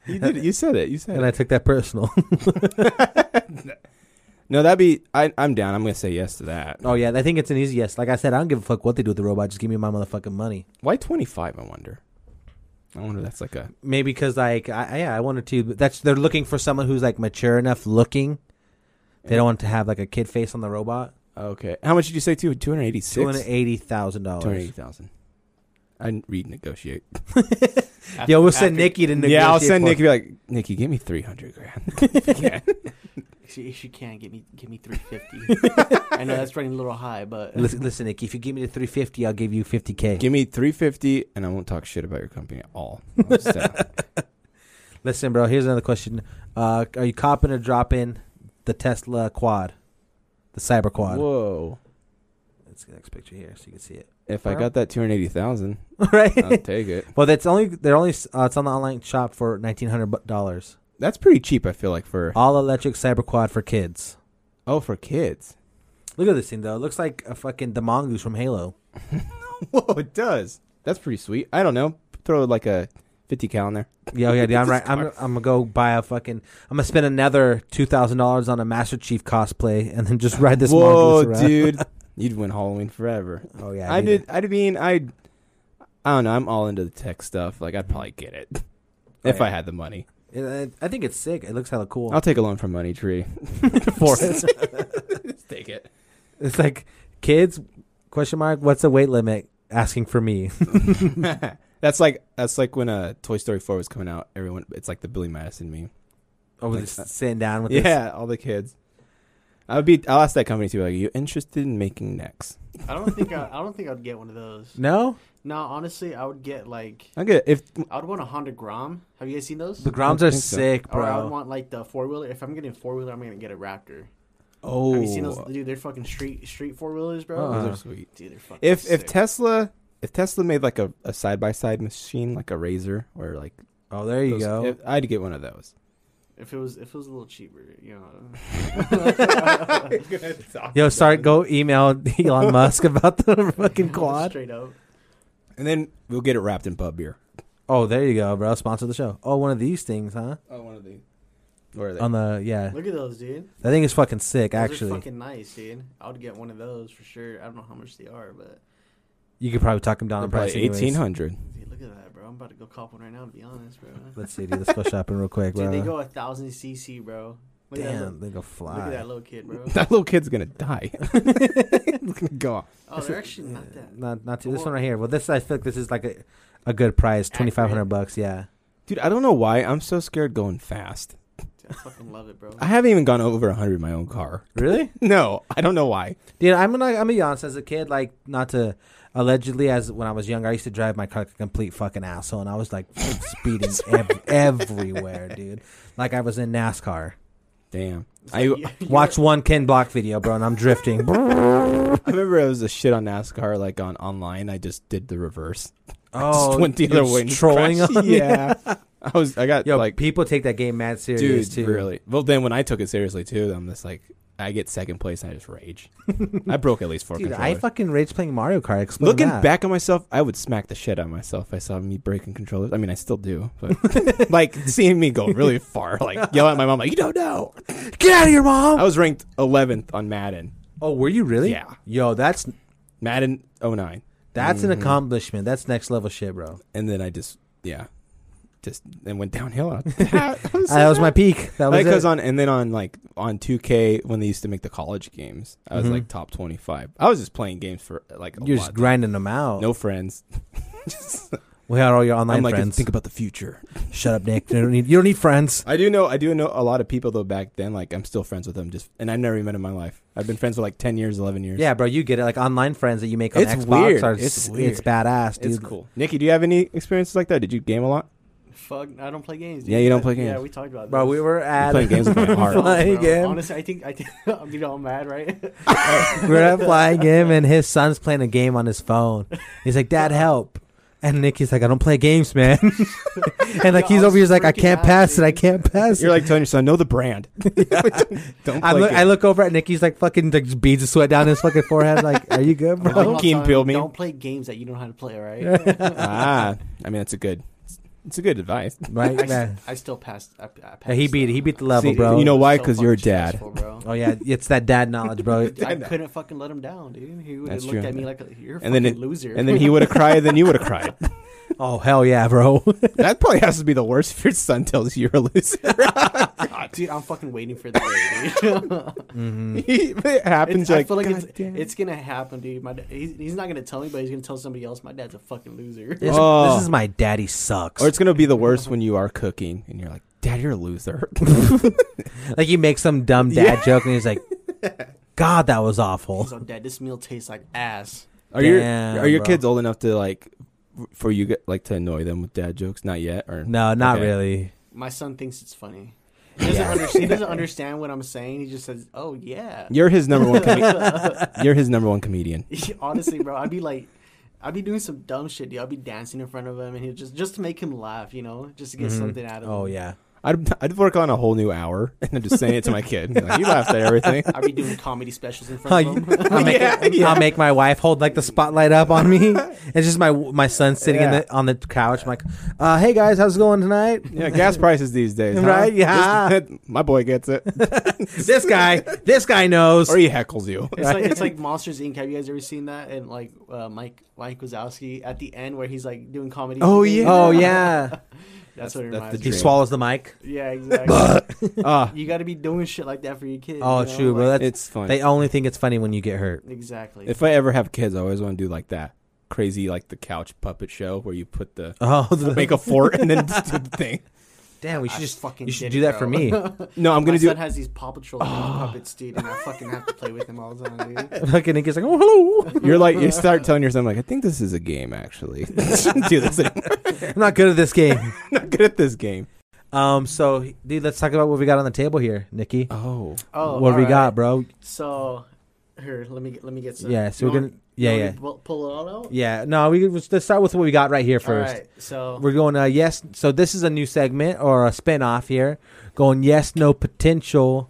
You did it. You said it. You said
And I
it.
took that personal.
No, that'd be. I, I'm down. I'm gonna say yes to that.
oh yeah, I think it's an easy yes. Like I said, I don't give a fuck what they do with the robot. Just give me my motherfucking money.
Why 25? I wonder. I wonder. if That's like a.
Maybe because like I, I- yeah, I wanted to. But that's they're looking for someone who's like mature enough looking. They don't want to have like a kid face on the robot.
Okay. How much did you say? Two two hundred eighty
Two
six.
hundred eighty thousand dollars.
280,000. I didn't read negotiate.
Yo, we'll send Nikki to negotiate.
yeah, I'll send
for-
Nikki be like, Nikki, give me 300 grand.
she, she can give me give me 350. I know that's running a little high, but
Listen, listen, Nikki. If you give me the three fifty, I'll give you fifty k.
give me 350 and I won't talk shit about your company at all. I'll just, uh,
Listen, bro. Here's another question. Uh, are you copping or dropping the Tesla Quad, the Cyber Quad?
Whoa.
Let's get the next picture here so you can see it.
If I got that 280,000, I'll
right.
take it.
Well, that's only they're only uh, it's on the online shop for nineteen hundred dollars.
That's pretty cheap, I feel like, for.
All electric Cyber Quad for kids.
Oh, for kids.
Look at this thing though. It looks like a fucking the mongoose from Halo.
Whoa, it does. That's pretty sweet. I don't know. Throw like a fifty cal in there.
Yeah, oh, yeah, yeah. I'm
This
right. I'm,
car-
I'm gonna go buy a fucking. I'm gonna spend another two thousand dollars on a Master Chief cosplay and then just ride this.
Whoa,
mongoose around.
dude, you'd win Halloween forever.
Oh yeah,
I
need
did. I mean, I. I don't know. I'm all into the tech stuff. Like, I'd probably get it if
yeah.
I had the money.
it. It- I think it's sick. It looks hella cool.
I'll take a loan from Money Tree.
for it.
take it.
It's like kids question mark. What's the weight limit? Asking for me.
That's like that's like when uh, Toy Story 4 was coming out. Everyone, it's like the Billy Madison meme.
Oh, we're
Like
just
that.
sitting down with this.
yeah, all the kids. I would be. I'll ask that company too. Like, are you interested in making necks?
I don't think I, I don't think I'd get one of those.
No,
No, honestly, I would get like
I get if
I'd want a Honda Grom. Have you guys seen those?
the Groms
I
are
think so.
sick,
or I would
bro.
want like the four wheeler. If I'm getting four wheeler, I'm gonna get a Raptor.
oh,
Have you seen those? Dude, they're fucking street street four wheelers, bro.
Uh-uh.
those are sweet.
Dude, they're fucking.
If if
sick.
Tesla if Tesla made like a a side by side machine like a razor or like
Oh, there you
those-
go.
if- I'd get one of those.
if it was if it was a little cheaper, you know.
Yo, start go email Elon Musk about the fucking quad.
Straight up.
And then we'll get it wrapped in pub beer.
Oh, there you go, bro. Sponsor the show. Oh, one of these things, huh?
Oh, one of these. Where are they?
On the yeah,
Look at those, dude.
that thing is fucking sick.
Those
Actually,
are fucking nice, dude. I would get one of those for sure. I don't know how much they are, but
you could probably talk him down
They're
in price.
probably eighteen
Eighteen hundred.
hundred.
dude, look at that, bro. I'm about to go cop one right now. To be honest, bro.
Let's see, dude. Let's go shopping real quick,
Dude,
bro.
they go a thousand cc, bro. Look at that
Damn,
little-
they go
look at
fly.
that little kid, bro.
That little kid's gonna die. It's gonna go off.
Oh, they're actually not that.
Not not too. This
Cool.
one right here. Well, this I feel like this is like a, a good price. Twenty five hundred bucks. Yeah.
Dude, I don't know why I'm so scared going fast.
Dude, I fucking love it, bro.
I haven't even gone over 100 in my own car.
Really?
No, I don't know why.
Dude, I'm gonna I'm be honest. As a kid, like not to allegedly as when I was younger, I used to drive my car like a complete fucking asshole, and I was like speeding ev- everywhere, dude. Like I was in NASCAR.
Damn. I,
It's like,
I
you- you
Watch one Ken Block video, bro, and I'm drifting.
remember I was a shit on NASCAR, like on online. I just did the reverse.
oh,
just went the
you're
other way. and
trolling.
crashed.
On
Yeah. I was. I got
Yo,
like,
people take that game mad serious
dude,
too.
really. Well, then when I took it seriously too, I'm just like, I get second place and I just rage. I broke at least four
Dude, I
controllers.
fucking rage playing Mario Kart. Explain
Looking
that.
back on myself, I would smack the shit out of myself. if I saw me breaking controllers. I mean, I still do, but like seeing me go really far, like yell at my mom, like you don't know.
get out of here, mom.
I was ranked 11th on Madden.
oh, were you really?
Yeah.
Yo, that's
Madden 09.
that's
Mm-hmm.
an accomplishment. That's next level shit, bro.
And then I just, yeah, just then went downhill. I was "Ah,
Ah, that was my peak. That was
like,
it.
cause on, and then on like on 2K when they used to make the college games, I was like top 25. I was just playing games for like a
Mm-hmm. You're
lot.
just grinding them out.
no friends.
We had all your online
I'm like,
friends.
think about the future.
Shut up, Nick. You don't need, you don't need friends.
I do know, I do know a lot of people though back then. Like I'm still friends with them, just and I've never even met in my life. I've been friends for like 10 years, 11 years.
Yeah, bro, you get it. Like online friends that you make on
It's
Xbox
weird.
are
It's
it's,
weird.
it's badass, dude.
it's cool. Nikki, do you have any experiences like that? Did you game a lot?
Fuck, I don't play games.
Yeah, you don't play
Yeah,
games.
we talked about.
Bro,
this.
we were at
playing games with my heart.
flying
Bro,
game.
Honestly, I think I think I'm getting all mad, right?
we were at flying game, and his son's playing a game on his phone. He's like, "Dad, help!" And Nikki's like, "I don't play games, man." and like
Yo, I
he's
was
over, here, he's like, "I
freaking
can't
out,
pass
dude.
it. I can't pass
You're
it."
like telling your son, know the brand. don't
I
play
look,
games.
I look over at Nikki's like fucking like, beads of sweat down his fucking forehead. Like, are you good,
My
bro?
mom
Keen
told
Peel
him,
me.
Don't play games that you don't know how to play. all Right?
ah, I mean, that's a good, it's a good advice.
I,
right,
s-
man.
I still passed. I, I passed
Yeah, he beat he beat the level,
See,
bro.
you know why?
So
'Cause you're
fucking
dad.
stressful, bro.
Oh yeah, it's that dad knowledge, bro.
I couldn't fucking let him down, dude. He would have
That's
looked
true.
at me like a, you're
And
a fucking
then it-
loser.
And then he would have cried, then you would have cried.
Oh hell yeah, bro.
That probably has to be the worst if your son tells you you're a loser.
dude, I'm fucking waiting for the day. Dude.
it happens
Mm. It's,
you're
I feel like
"God
it's,
damn."
it's gonna happen, dude. My da- he's, he's not gonna tell me, but he's gonna tell somebody else. My dad's a fucking loser.
This,
Oh.
this is my daddy sucks.
or it's gonna be the worst when you are cooking and you're like, Dad, you're a loser.
like you make some dumb dad joke and he's like, God, that was awful.
So, dad, this meal tastes like ass.
are your
Damn,
are your
bro.
kids old enough to like for you get- like to annoy them with dad jokes? Not yet, or
No, not
Okay.
really.
My son thinks it's funny. He doesn't, under- he doesn't understand what I'm saying. He just says, "Oh yeah."
You're his number one. Com- you're his number one comedian.
Honestly, bro, I'd be like, I'd be doing some dumb shit, dude. I'd be dancing in front of him, and he just just to make him laugh, you know, just to get something out of him.
Mm-hmm. Oh yeah.
I'd, I'd work on a whole new hour and I'm just saying it to my kid. Like, you laughed at everything.
I'd be doing comedy specials in
I'll,
front of them.
I'll make, I'll make my wife hold like the spotlight up on me. It's just my my son sitting in
Yeah.
the, on the couch. I'm like, uh, hey guys, how's it going tonight?
Yeah, gas prices these days, huh?
Right, yeah.
This- my boy gets it,
this guy, this guy knows.
or he heckles you.
It's like it's like Monsters Inc. Have you guys ever seen that? And like uh, Mike Mike Wazowski at the end where he's like doing comedy.
Oh,
thing.
yeah.
Oh yeah,
that's, what it
that's
reminds
the
he
me.
dream.
swallows the mic.
Yeah, exactly.
Ah,
you got to be doing shit like that for your kids.
Oh,
you
true,
know?
true, bro.
Like,
That's,
it's funny.
They only think it's funny when you get hurt.
exactly.
If I ever have kids, I always want to do like that crazy, like the couch puppet show where you put the
Oh, the,
make a fort and then just do the thing.
damn! We
I
should just
fucking
you should do
did it,
that
bro.
for me.
No, I'm
My
gonna do.
son has these Paw Patrol
Ah.
puppets, dude, and I fucking have to play with him all the time, dude.
Fucking it gets like, oh hello.
You're like you start telling yourself like I think this is a game actually. Shouldn't do this. Anymore.
I'm not good at this game.
I'm not good at this game.
Um, so dude, let's talk about what we got on the table here, Nikki.
Oh,
Oh,
what we
alright.
got, bro?
So, here, let me get, let me get some.
Yeah, so we're gonna- yeah, yeah.
Pull, pull it all out.
Yeah, no, we let's let's start with what we got right here
All
first.
right, so
We're going uh, yes. So this is a new segment or a spin off here, going yes no potential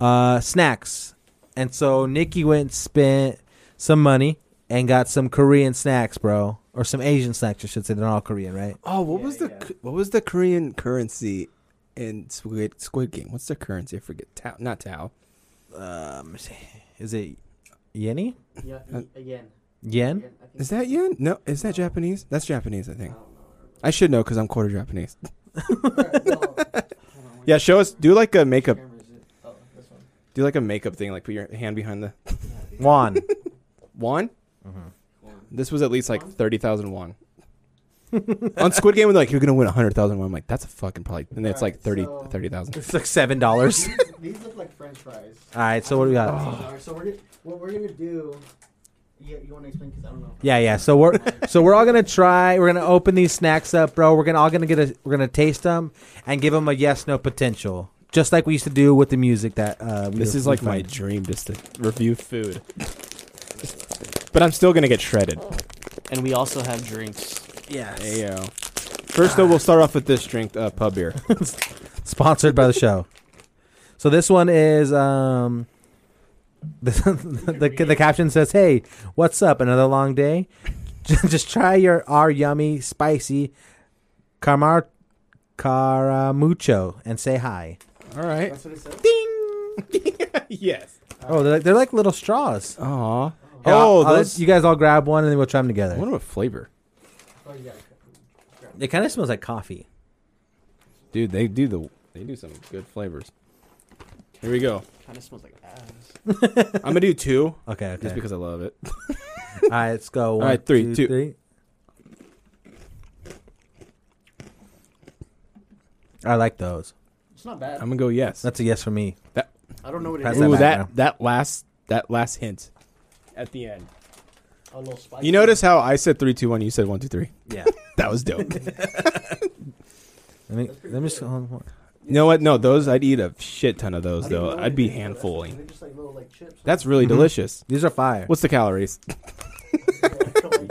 uh, snacks. And so Nikki went and spent some money and got some Korean snacks, bro, or some Asian snacks. I should say they're all Korean, right?
oh, what was the what was the Korean currency in Squid Squid Game? What's their currency? I forget. Tao, not Tao.
Um, is it yenny?
yeah, again,
Yen?
again, I think
Is that yen? No, is that Japanese? That's Japanese, I think. I should know because I'm quarter Japanese. yeah, show us. Do like a makeup. Do like a makeup thing, like put your hand behind the
Won.
wand. This was at least like thirty thousand won. On Squid Game, they're like you're gonna win hundred thousand won. I'm like, that's a fucking probably, and it's like thirty
so-
thirty thousand.
it's like seven dollars.
these, these look like French fries.
all right, so what do we got?
Alright, So we're gonna, what we're gonna do? You, you want to explain? Because I don't know.
Yeah, yeah. So we're so we're all gonna try. We're gonna open these snacks up, bro. We're gonna all gonna get a. We're gonna taste them and give them a yes no potential, just like we used to do with the music that. Uh, we
This
were-
is
we
like my
found.
dream, just to review food. But I'm still gonna get shredded.
And we also have drinks.
yes.
Ayo. First though, we'll start off with this drink, uh, pub beer.
Sponsored by the show. So this one is um. The, the, the caption says, "Hey, what's up? Another long day. Just, just try your our yummy spicy caramar caramucho and say hi."
All right.
That's what it says.
yes.
Oh, they're like, they're like little straws.
Aw.
Here,
oh,
I'll- I'll let
those.
you guys all grab one and then we'll try them
I
together.
wonder what flavor.
It kind of smells like coffee.
Dude, they do the. They do some good flavors. Here we go.
Kind of smells like ass.
I'm gonna do two,
Okay, okay.
just because I love it.
all right, let's go. One,
right, three,
two,
two.
three. I like those.
It's not bad.
I'm gonna go yes.
That's a yes for me.
I don't know what it
Pass
is.
that
Ooh,
back
that
now.
that last that last hint at the end.
A little spicy.
You notice how I said three, two, one. You said one, two, three.
Yeah.
That was dope.
let me let me just hold on.
you know what? No, those I'd eat a shit ton of those
I didn't
though.
know
I'd be
anything, though. That's what-
handfuling.
They're just like little like chips.
That's really delicious.
These are fire.
What's the calories?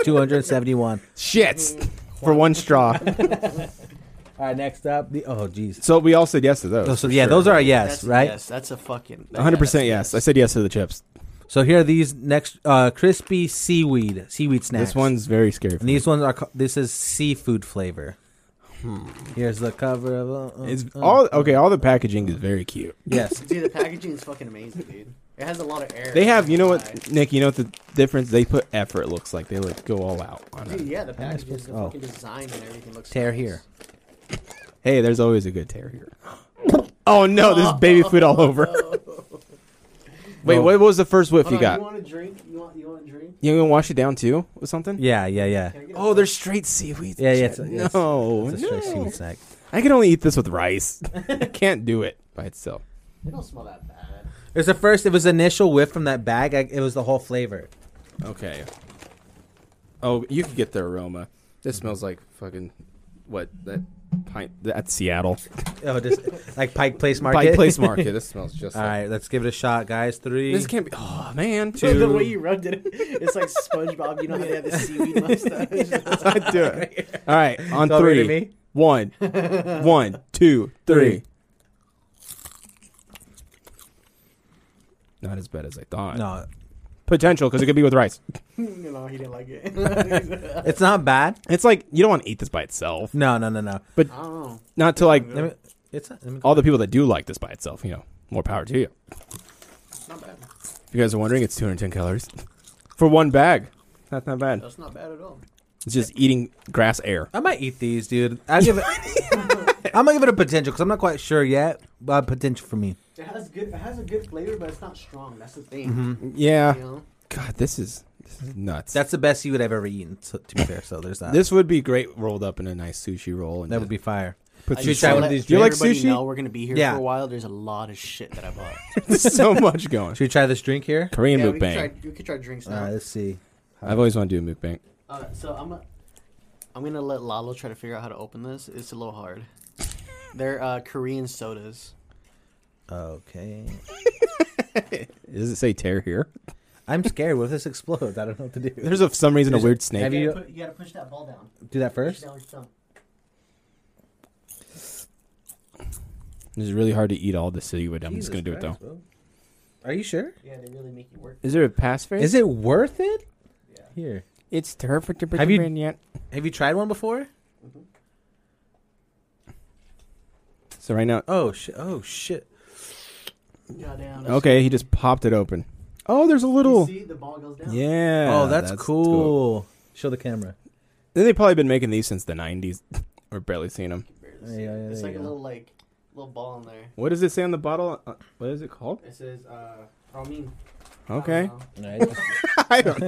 Two hundred seventy-one.
Shits for one straw.
all right, next up the oh jeez.
so we all said yes to those.
Oh, So, so
for
yeah,
sure.
those are a yes,
That's-
right?
Yes, that's a fucking.
A 100% yes.
yeah, that's-
I said yes to the chips.
So here are these next uh, crispy seaweed seaweed snacks.
This one's very scary. For
And
me.
these ones are. ca- This is seafood flavor. Here's the cover of. Uh, uh,
It's
uh.
all okay, all the packaging is very cute.
Yes.
Dude, the packaging is fucking amazing, dude. It has a lot of air.
They have, you know
inside.
what, Nick, you know what the difference they put effort looks like. They like go all out on
Dude,
it.
yeah, the packaging, the
oh.
fucking design, and everything looks.
Tear
nice.
here.
Hey, there's always a good terrier. oh no, there's baby food all over. Wait, what was the first whiff
Hold
you got?
on, You want a drink? You want? You want a drink?
You gonna wash it down too with something?
Yeah, yeah, yeah.
Can I get a-
Oh, they're straight seaweed.
Yeah, yeah,
Shit,
it's a- it's-
no,
It's a straight
no.
seaweed snack.
I can only eat this with rice. I can't do it by itself.
They don't smell that bad.
It was the first. It was the initial whiff from that bag. I, it was the whole flavor.
Okay. Oh, you can get the aroma. This smells like fucking what that pint that Seattle
Oh, just like Pike Place Market.
Pike Place Market. This smells just.
All
like,
right, let's give it a shot, guys. Three.
This can't be. Oh man,
The
two.
way you rubbed it, it's like SpongeBob. You know how they have the seaweed mustache?
I do it. All right, on
Go over to
three.
me.
One, one, two, three. Not as bad as I thought.
No.
Potential because it could be with rice.
no, he didn't like it.
It's not bad.
It's like you don't want to eat this by itself.
No, no, no, no.
But
I don't know.
not to like
Let me, it's let me go-
all the people that do like this by itself. You know, more power to you.
Not bad.
If you guys are wondering, it's 210 calories for one bag. That's not bad.
That's not bad at all.
It's just eating grass air.
I might eat these, dude. I give it. I'm gonna give it a potential because I'm not quite sure yet. But potential for me.
It has good. It has a good flavor, but it's not strong. That's the thing.
Yeah.
You know,
God, this is this is nuts.
That's the best you would have ever eaten. To, to be fair, so there's that.
this would be great rolled up in a nice sushi roll. And
that would be fire.
put
should try
some shrimp-
one of these
Do you like
everybody
sushi?
Know we're gonna be here
Yeah.
for a while. There's a lot of shit that I bought.
There's so much going.
Should we try this drink here?
Korean
yeah, we could,
mukbang.
try, we could try drinks
All
now.
right, let's see.
I've always wanted to do a mukbang.
Alright, so I'm gonna, I'm gonna let Lalo try to figure out how to open this. It's a little hard. They're uh, Korean sodas.
Okay.
Does it say tear here?
I'm scared. What if this explodes? I don't know what to do.
There's a, for some reason a weird snake.
have you-
Put- you gotta push that ball down.
Do that
Push
first.
down with your thumb.
It's really hard to eat all this seaweed. I'm just gonna do it though.
Are you sure?
Yeah, they really make you work.
Is there a pass phrase?
Is it worth it? Here.
It's terrific.
Have you-
yet?
Have you tried one before?
So right now,
Oh shit! Oh shit!
Goddamn.
okay, he just popped it open. Oh, there's a
You
little.
see, the ball goes down.
Yeah.
oh, that's, cool. Show the camera.
Then they've probably been making these since the '90s. We're barely seeing them.
Barely
Yeah,
see
yeah,
it. it's
there
like
you
a
go.
little like little ball in there.
What does it say on the bottle? Uh, what is it called?
It says uh, ramen. Uh, I don't
Okay.
know.
I don't.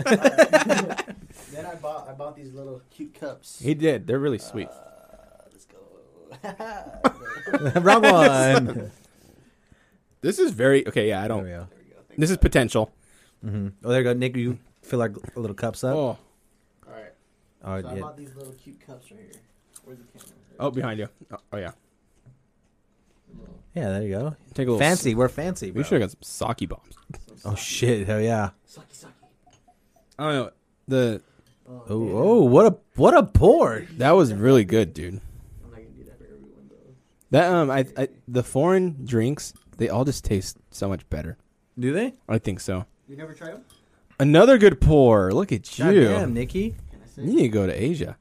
Then I bought I bought these little cute cups.
he did. They're really sweet.
Let's go.
Wrong one.
This is very okay. Yeah, I
there we
don't.
go.
This is potential.
Oh, there you go, Nick. You fill our gl- little cups up.
Oh,
All right.
Oh,
So I
yeah.
bought these little cute cups right here. Where's the camera?
oh, behind you. Oh, oh, yeah.
Yeah, there you go.
Take a little
Fancy. We're fancy.
We
Bro.
should have got some sake bombs.
Oh shit! Hell yeah!
Sucky, sucky.
I don't know. The
Oh, oh, what a what a pour!
that was really good, dude.
I'm not gonna do that for everyone though.
That um, I, I the foreign drinks they all just taste so much better.
Do they?
I think so.
You never tried them?
Another good pour. Look at
God
you.
damn, Nikki.
Can I say?
You need to go to Asia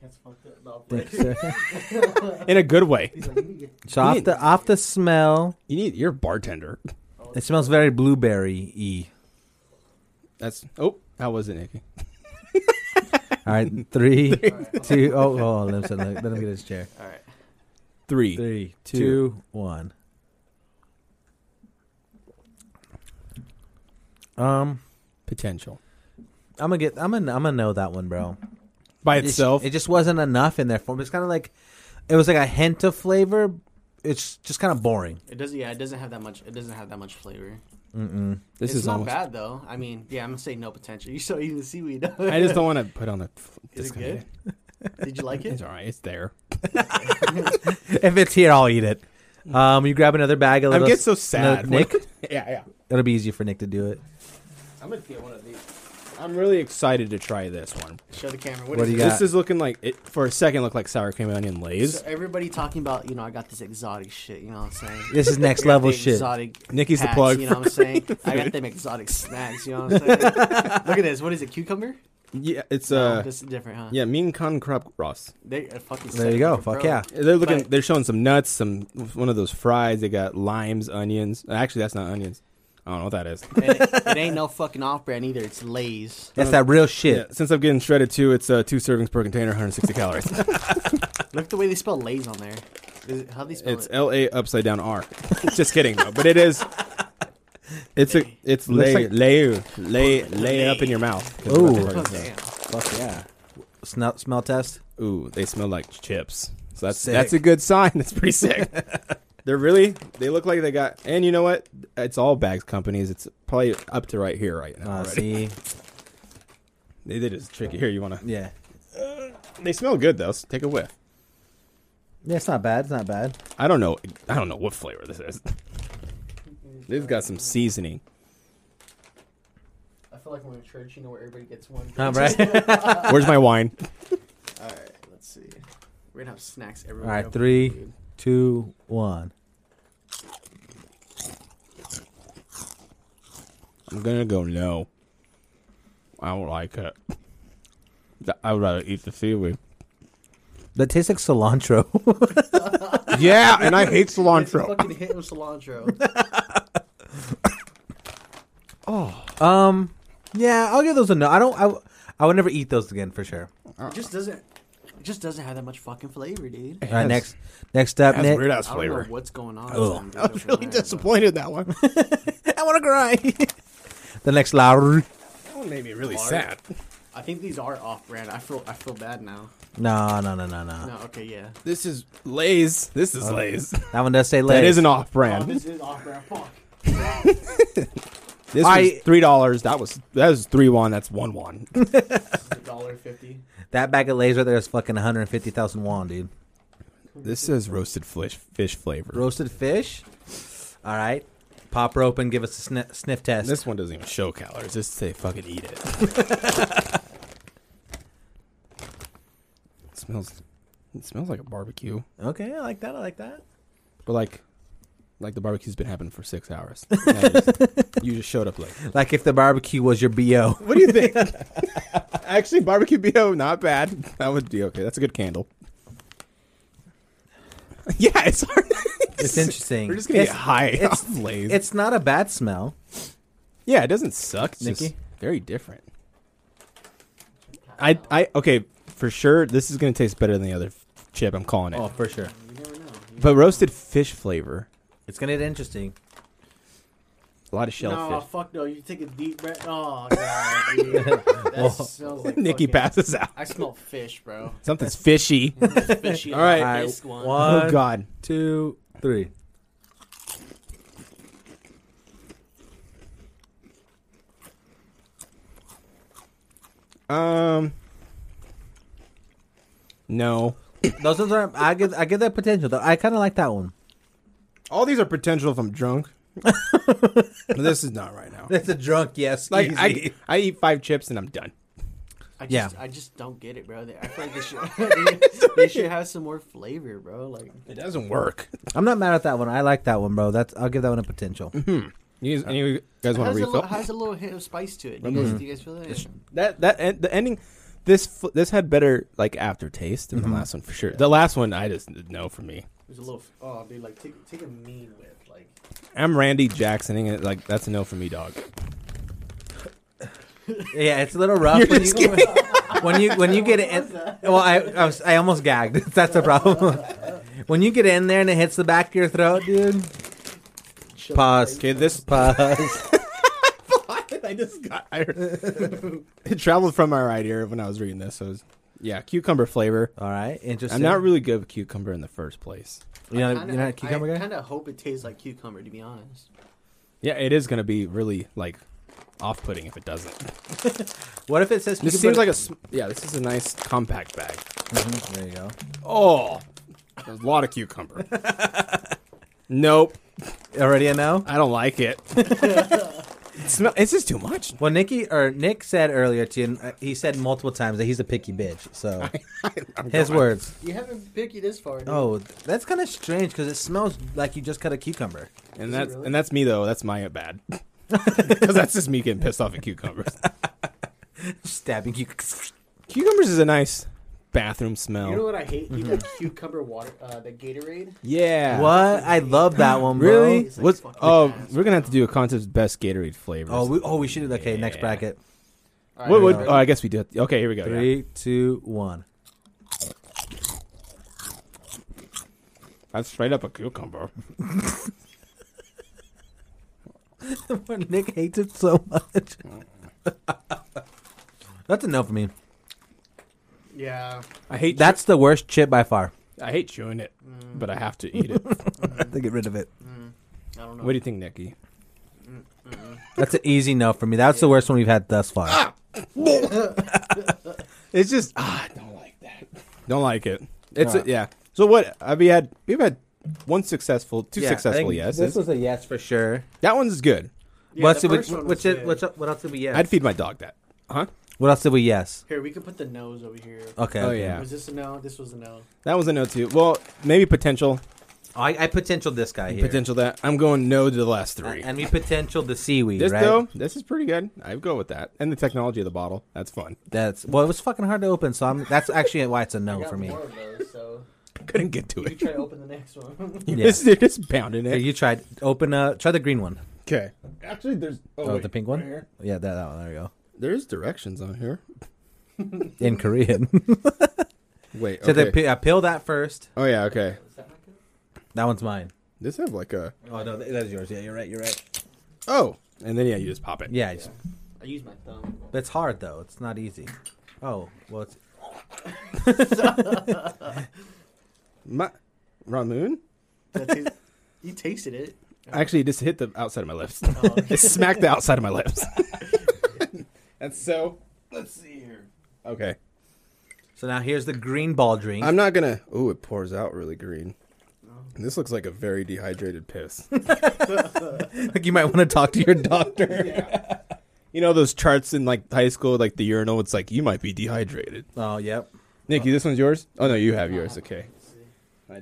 That's fucked up. No,
Thank you, sir.
in a good way.
He's like, you need to get.
so off the off the smell,
You need you're a bartender.
it smells very blueberry y.
That's oh, how was it, Nikki?
All right, three, two. Oh, oh, let him, sit- let him get his chair.
All right.
Three.
Three,
Two.
two, one. Um,
Potential
I'm gonna get. I'm gonna. I'm gonna know that one, bro.
by
It just-
itself.
it just wasn't enough in there for me. It's kind of like, it was like a hint of flavor. It's just kind of boring.
It doesn't. Yeah, it doesn't have that much. It doesn't have that much flavor.
this
it's
is
not
almost.
bad though. I mean, yeah, I'm gonna say no potential. You still eating the seaweed.
I just don't want to put on the. f-
Is it
discount.
good? Did you like
It's
it?
all right. It's there.
if it's here, I'll eat it. Um, you grab another bag. A
I
little,
get so sad.
Nick,
yeah, yeah.
it'll be easier for Nick to do it.
I'm gonna get one of these. I'm really excited to try this one.
Show the camera.
What
is
do you
this?
got?
This is looking like it for a second looked like sour cream and onion lays.
So everybody talking about, you know, I got this exotic shit. You know what I'm saying?
This is next
I got
level
the
shit.
Exotic
Nikki's the
packs,
plug
You know
for
what I'm saying? I got them exotic snacks. You know what I'm saying? Look at this. What is it? Cucumber?
yeah, it's
No,
uh
this is different, huh?
yeah, mean con crab ross.
They are fucking.
There
sick
you go.
looking,
Fuck
bro.
yeah.
They're looking.
But-
they're showing some nuts, some one of those fries. They got limes, onions. Actually, that's not onions. I don't know what that is.
And it, it ain't no fucking off-brand either. It's Lay's.
That's that real shit.
Yeah, since I'm getting shredded too, it's uh, two servings per container, 160 calories.
Look the way they spell Lay's on there. Is it, how they spell
it's
it?
L A upside down R. Just kidding though, but it is. It's a it's
Looks
lay
like-
lay lay lay it up in your mouth. 'Cause
Ooh.
that's what
oh,
it is.
damn.
Fuck yeah. Smell, smell test.
Ooh, they smell like chips. So that's
Sick.
that's a good sign. That's pretty sick. They're really they look like they got and you know what? It's all bags companies. It's probably up to right here right now.
Uh,
already.
see,
They did it tricky. Here, you wanna?
yeah,
They smell good though. So take a whiff.
yeah. It's not bad. It's not bad.
I don't know. I don't know what flavor this is. They've got some seasoning.
I feel like we're in church, you know, where everybody gets one.
All right.
Where's my wine?
All right, let's see. We're gonna have snacks
All
everywhere.
right, three, two, one.
I'm gonna go no. I don't like it. Th- I would rather eat the seaweed.
That tastes like cilantro.
yeah, and I hate
It's a
cilantro.
fucking hit with cilantro.
Oh. Um. Yeah, I'll give those a no. I don't. I, w- I would never eat those again for sure.
it just doesn't. It just doesn't have that much fucking flavor, dude.
All right, next, next up,
That's
Nick.
weird ass
I
flavor.
don't know what's going on.
Ugh.
with them, dude,
I was
over
really
there, but-
disappointed that one.
I want to cry. the next Lowry.
That one made me really
Lard.
sad.
I think these are off-brand. I feel. I feel bad now.
No, no, no, no, no.
No. Okay. Yeah.
This is Lay's. This is Lay's.
That one does say Lay's.
That is an
Uh, Oh,
off-brand.
this is off-brand. Fuck.
This
I-
was three dollars. That was that was three one. That's one one.
It's a dollar fifty.
That bag of Lay's right there is fucking 150,000 won, dude.
this is roasted fish fish flavor.
Roasted fish. All right. Pop her open. Give us a sni- sniff test.
This one doesn't even show calories. Just say fucking eat it. it smells. It smells like a barbecue,
okay, I like that. I like that.
but like, like the barbecue's been happening for six hours. Now you just- you just showed up late.
Like if the barbecue was your BO.
What do you think? Actually, barbecue bo not bad. That would be okay. That's a good candle. Yeah, it's hard.
It's interesting.
We're just gonna
It's-
get high
it's-
off Lay's.
It's not a bad smell.
Yeah, it doesn't suck. It's just
Nikki?
very different. I I okay for sure. This is gonna taste better than the other f- chip. I'm calling it.
Oh, for sure.
But roasted fish flavor,
It's gonna get interesting.
a lot of
No,
shellfish.
fuck no. You take a deep breath. Oh god, dude. That smells like
Nikki
fucking-
passes out.
I smell fish, bro.
Something's fishy.
Fishy.
All right.
All right,
This one.
oh
One,
God.
two, three.
Um. No.
Those ones are. I give. I give that potential though. I kind of like that one.
All these are potential if I'm drunk. but this is not right now.
That's a drunk yes.
Like I,
easy.
I eat five chips and I'm done.
I
Yeah.
just, I just don't get it, bro. They- I feel like they should, they, they should have some more flavor, bro. Like,
It doesn't work.
I'm not mad at that one. I like that one, bro. That's. I'll give that one a potential.
You guys, you guys want to
has a,
refill?
little, has a little hit of spice to it. Do you guys, do you guys feel that?
That that en- the ending. This fl- this had better like aftertaste than the last one for sure. Mm-hmm. The last one I just no for me.
There's a little. Oh, dude, like take, take a mean whip, like.
I'm Randy Jacksoning it like that's a no for me, dog.
Yeah, it's a little rough when you, when you when you get it. In, well, I I, was, I almost gagged. That's the problem. when you get in there and it hits the back of your throat, dude. Pause.
Okay, this
Pause.
I just got I, it traveled from my right ear when I was reading this. So it was, yeah, cucumber flavor.
All right. Interesting.
I'm not really good with cucumber in the first place.
Uh, You know.
Kinda,
you're not a cucumber
I
guy.
kind of hope it tastes like cucumber, to be honest.
Yeah, it is gonna be really like off-putting if it doesn't.
What if it says? cucumber-
This seems like a sm- yeah. This is a nice compact bag.
Mhm, There you go.
Oh, there's a lot of cucumber. nope.
Already a no.
I don't like it. It smell, it's just too much.
Well, Nikki or Nick said earlier to you, and uh, he said multiple times that he's a picky bitch. So his words.
You haven't picked you this far. Dude.
Oh, th- that's kind of strange because it smells like you just cut a cucumber.
And that's and that's me though. That's my bad. Because that's just me getting pissed off at cucumbers.
Stabbing you.
cucumbers is a nice bathroom smell.
You know what I hate? You know cucumber water, uh, the Gatorade.
yeah.
What? I love that one, bro.
Really?
It's like
What's,
fucking
oh,
ass,
we're gonna have to do a contest best Gatorade flavors.
Oh, we, oh, we should do that. Okay, next
Yeah.
bracket.
All
what would?
ready?
Oh, I guess we do. It. Okay, here we go. yeah.
Three, two, one.
That's straight up a cucumber.
Nick hates it so much. that's a no for me.
Yeah.
I hate
That's the worst chip by far.
I hate chewing it, but I have to eat it.
To get rid of it.
I don't know.
what do you think, Nikki?
That's an easy no for me. That's the worst one we've had thus far.
It's just ah, I don't like that. Don't like it. It's
Nah.
a, yeah. So what? Have we had? We've had one successful, two
Yeah, I
successful
think
yeses.
This was a yes for sure.
that one's good.
Yeah,
What's
the
it-
first
which,
one was
which,
good.
which, what else did we get?
I'd feed my dog that. Huh?
What else did we yes?
Here, we can put the no's over here.
Okay, Oh, okay.
yeah.
Was this a no? This was a no.
That was a no too. Well, maybe potential.
I, I potentialed this guy here.
Potential that I'm going no to the last three.
And we potentialed the seaweed,
this
right?
though, this is pretty good. I'd go with that. And the technology of the bottle, that's fun.
That's well, it was fucking hard to open, so I'm, that's actually why it's a no Oh, for me.
More of those, so
Couldn't get to
you
it.
try to open the next one.
You just, you're just pounding
Here,
it.
you tried open uh try the green one.
Okay. Actually, there's oh,
Oh,
wait,
the pink one.
right here.
Yeah, that, that one. There you
There's directions on here.
go. In Korean.
Wait.
so they
Okay.
pi- I peel that first.
oh yeah. Okay.
That one's mine.
This have like a
Oh no, that- that's yours. Yeah, you're right. You're right.
oh, and then yeah, you just pop it.
Yeah, it's,
I use my thumb.
but it's hard though. It's not easy. Oh well, it's
My, Ramoon.
That tastes- you tasted it.
Actually, it just hit the outside of my lips. it smacked the outside of my lips. and so, let's see here. Okay.
so now here's the green ball drink.
I'm not gonna. Oh, it pours out really green. This looks like a very dehydrated piss.
like you might want to talk to your doctor.
you know those charts in like high school, like the urinal. It's like you might be dehydrated.
Oh yep.
Nikki, this one's yours. Oh no, you have yours. Okay.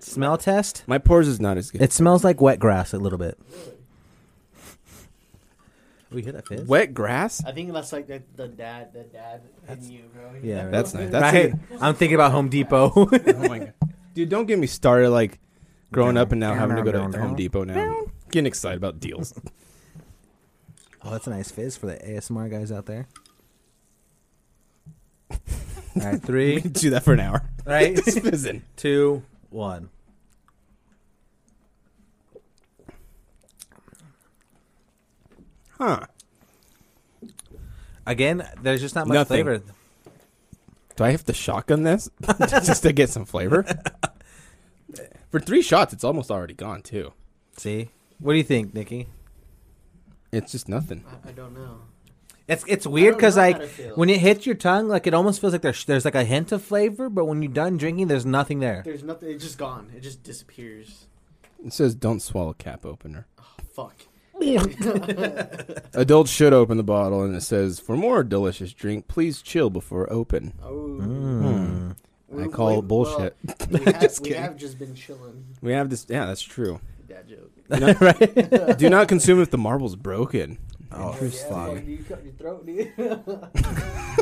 Smell test.
My pores is not as good.
It smells like wet grass a little bit. We hear that fizz.
wet grass.
I think that's like the, the dad, the dad in you, bro.
Yeah,
That's nice. That's
Right. I'm thinking about Home Depot.
Oh my god, dude! Don't get me started. Like growing up and now having to go to Home Depot now. Getting excited about deals.
Oh, that's a nice fizz for the ASMR guys out there. All right, three,
Do that for an hour.
right,
It's fizzing.
two, one.
Huh?
Again, there's just not much
Nothing.
flavor.
Do I have to shotgun this just to get some flavor? For three shots, it's almost already gone too.
See, what do you think, Nikki?
It's just nothing.
I, I don't know.
It's it's weird because
know how
like
to feel.
when it hits your tongue, like it almost feels like there's there's like a hint of flavor, but when you're done drinking, there's nothing there.
There's nothing. It's just gone. It just disappears.
It says don't swallow cap opener.
Fuck.
Adults should open the bottle, and it says for more delicious drink, please chill before open.
Oh.
Mm. I call bullshit.
we, have,
Just
we
kidding.
have just been chilling.
We have this. Yeah, that's true.
Dad joke.
Do not consume if the marble's broken.
Oh, slog.
you cut your throat, dude.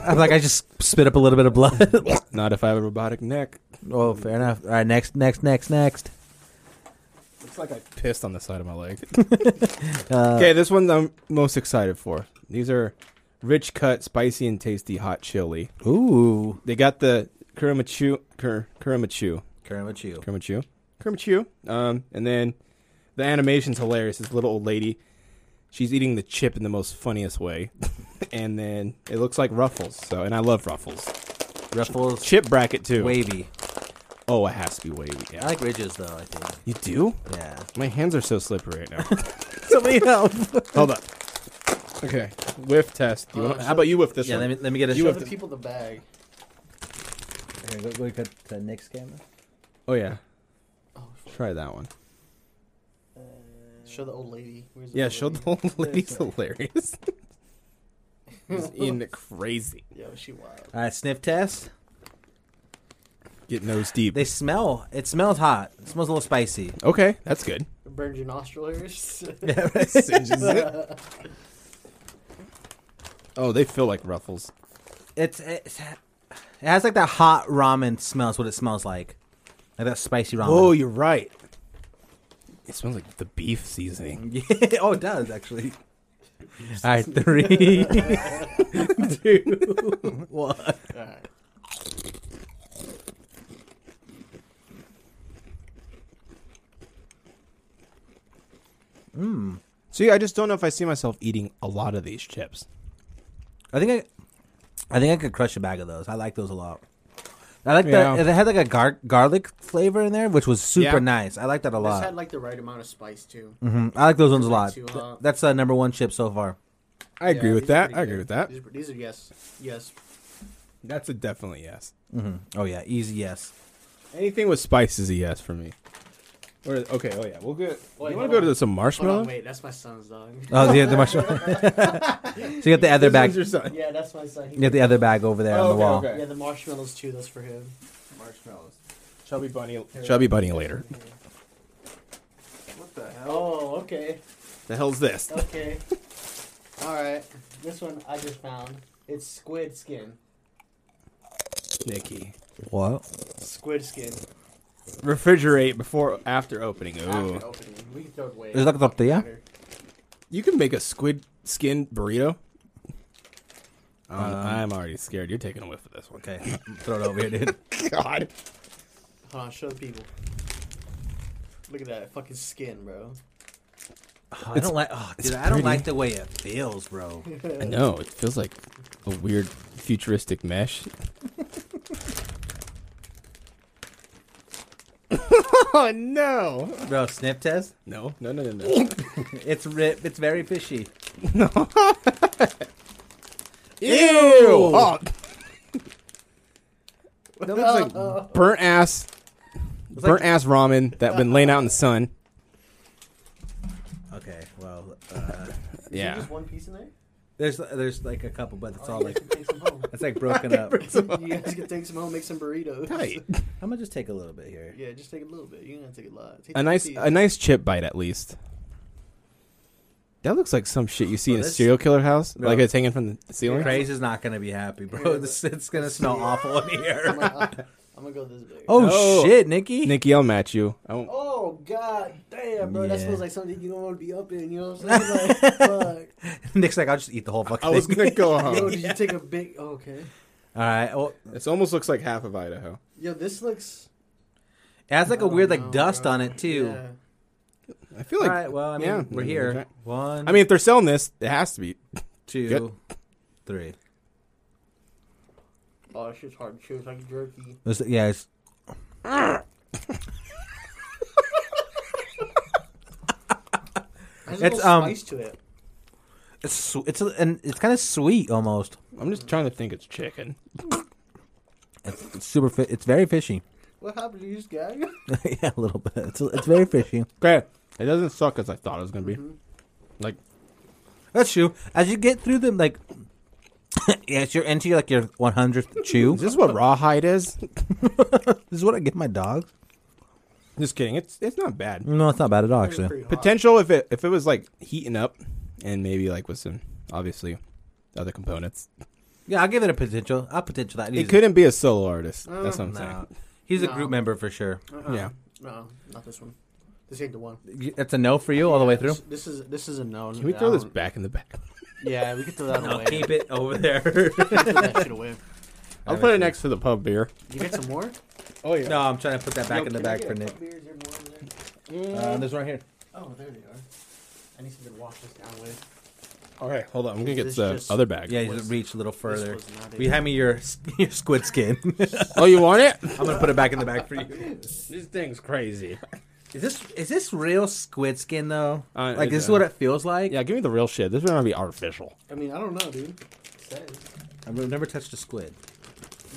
I'm like I just spit up a little bit of blood.
Not if I have a robotic neck.
oh, fair enough. All right, next, next, next, next.
Looks like I pissed on the side of my leg.
Uh,
okay, this one I'm most excited for. These are rich cut, spicy and tasty hot chili.
Ooh,
They got the curamachu, cur, curamachu,
Karamachu.
curamachu, curamachu. Um, and then the animation's hilarious. This little old lady, she's eating the chip in the most funniest way. and then it looks like Ruffles. So, and I love Ruffles.
Ruffles,
Chip bracket too.
wavy.
Oh, it has to be wavy.
I
Yeah.
like ridges though. I think.
you do?
Yeah.
My hands are so slippery right now.
Somebody help.
Hold up. Okay, whiff test. You wanna- how about you whiff this
Yeah,
one?
let me let me get a
You
shot.
have
the people the bag.
Here, go, go cut to Nick's camera.
oh yeah. Try that one.
Oh, Show the old lady. Where's
Yeah,
old
show
lady?
the old lady's hilarious. He's in crazy.
Yo, she wild.
All right, sniff test.
Get nose deep.
They smell. It smells hot. It smells a little spicy.
Okay, that's good.
It burns your nostril hairs.
Singes it. Oh, they feel like ruffles.
It's, it's it has like that hot ramen smell. Is what it smells like. Like that spicy ramen.
Oh, you're right. It smells like the beef seasoning.
yeah. oh, it does actually. All right, three, two, one.
Alright.
See, I just don't know if I see myself eating a lot of these chips.
I think I, I think I could crush a bag of those. I like those a lot. I like
Yeah.
that. It had like a gar- garlic flavor in there, which was super
Yeah.
nice. I like that a
This
lot.
had like the right amount of spice too.
Mm-hmm.
Mm, I like those ones a lot.
too
Th-
hot.
That's uh, number one chip so far.
I agree
Yeah,
with
these are
that.
pretty
I agree
good.
with that.
These are- These are yes, yes.
That's a definitely yes.
Oh yeah, easy yes.
Anything with spice is a yes for me. Or okay, oh yeah, we'll get.
Wait,
you
hold
want to go
on.
to some
Hold
marshmallow?
on, wait, that's my son's dog.
Oh, yeah, the marshmallow. So you got the other
This
bag.
is your son.
Yeah, that's my son. He-
You got the other bag over there
Oh,
on the
okay,
wall.
okay.
Yeah, the marshmallows too. That's for him.
Marshmallows. Chubby bunny.
Here.
Chubby bunny later.
What the hell? Oh, okay.
The hell's this?
Okay. All right. This one I just found. It's squid skin.
Nikki.
What?
Squid skin.
Refrigerate before after opening. Ooh.
After opening, we can throw it away.
Is that tortilla?
You can make a squid skin burrito. Um, I'm already scared. You're taking a whiff of this one.
Okay, throw it over here, dude.
God.
Hold on, show the people. Look at that fucking skin, bro.
Oh, I don't like. Oh, dude, I don't
pretty.
like the way it feels, bro.
I know. It feels like a weird futuristic mesh. oh no.
bro, snip test.
No, no, no, no, no.
It's rip. It's very fishy.
Ew! Oh. that looks like burnt ass,
It's
burnt
like-
ass ramen that been laying out in the sun.
okay, well, uh,
Is there
Yeah.
just one piece in there?
there's there's like a couple, but it's all like
Take some home.
it's like broken up.
you guys can take some home, make some burritos.
Tight.
I'm gonna just take a little bit here.
Yeah, just take a little bit. You don't have to take a lot. Take
A nice,
piece.
a nice chip bite at least. That looks like some shit you see
Well,
in a
that's-
serial killer house,
No.
like it's hanging from the ceiling.
Craze is not gonna be happy, bro. This, it's gonna smell awful in
I'm
here.
gonna, I'm gonna go this big.
Oh,
Oh.
shit, Nikki.
Nikki, I'll match you. I won't.
Oh god damn, bro! That
Yeah.
feels like something you don't want to be up in. You know what I'm saying? Like, fuck.
Nick's like, I'll just eat the whole fucking
I was
thing.
gonna go
Yo,
home.
did you take a big? oh, okay.
all right. Well,
This almost looks like half of Idaho.
Yo, this looks.
it has
Oh,
like a
I
weird
don't
like
know,
dust
bro.
on it too.
Yeah.
I feel
All
like.
right. Well, I mean,
yeah,
we're
I mean,
here.
okay.
One.
I mean, if they're selling this, it has to be.
two,
Good.
three.
Oh, it's just hard to chew. It's like jerky.
It's- yeah, it's
There's
It's,
a little
um,
spice to it.
it's su- it's a- and it's kind of sweet almost.
I'm just trying to think it's chicken.
It's, it's super. Fi- it's very fishy.
What happened to you, guy?
yeah, a little bit. It's it's very fishy.
Okay, it doesn't suck as I thought it was gonna be. Like,
That's true. As you get through them, like, yeah, it's your into your, like your 100th chew.
is this what rawhide is?
This is what I give my dogs.
Just kidding. It's it's not bad.
No, it's not bad at all, actually.
Pretty hot.
Potential if it if it was like heating up, and maybe like with some obviously other components.
Yeah, I'll give it a potential. I'll potential that.
It Uh, couldn't be a solo artist. That's what I'm
No.
saying.
He's a
No.
group member for sure.
Uh-uh.
Yeah.
No, not this one. This ain't the one.
Y- That's a no for you all the way through.
This, this is this is a no.
Can we throw this
I don't-
back in the back?
Yeah, we can throw that
I'll
away.
keep it over there.
Throw that shit away.
I'll put it next to the pub beer.
You get some more?
Oh yeah.
no, I'm trying to put that back in the
Can I
bag
get
for
a
Nick.
cup of beer? Is there more in there?
Uh, there's one here.
Oh, there they are. I need something to wash this down with.
All right, hold on. I'm gonna get
This
the
just-
other bag.
Yeah, you just reach a little further.
was not it.
Will you hand me your s- your squid skin?
Oh, you want it?
I'm gonna put it back in the bag for you.
this thing's crazy.
Is this is this real squid skin though?
Uh,
like
it's,
this is
uh,
what it feels like.
Yeah, give me the real shit. This better not be artificial.
I mean, I don't know, dude. It says.
I've never touched a squid.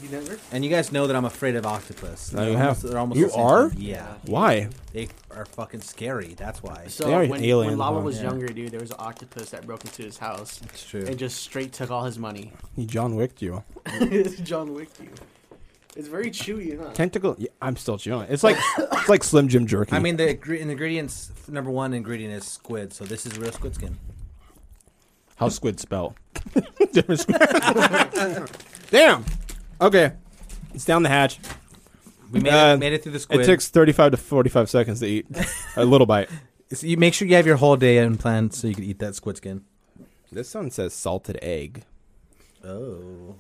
You never?
And you guys know that I'm afraid of octopus.
No, you
They're
have-
almost- they're almost
you
the same
are?
thing. Yeah,
Why?
they are fucking scary. That's why.
So
They are
when,
aliens,
when Lava
though.
was
Yeah.
younger, dude, there was an octopus that broke into his house
It's true.
and just straight took all his money.
He John Wicked you.
it's John Wick, dude. It's very chewy, huh?
Tentacle. Yeah, I'm still chewing. it. It's like it's like Slim Jim jerky.
I mean, the ingre- ingredients number one ingredient is squid, so this is real squid skin.
How squid spell? Different squid. Damn. Okay. It's down the hatch.
We made,
Uh,
it, made it through the squid.
It takes 35 to 45 seconds to eat a little bite.
So you make sure you have your whole day in plan so you can eat that squid skin.
This one says salted egg.
Oh,
Do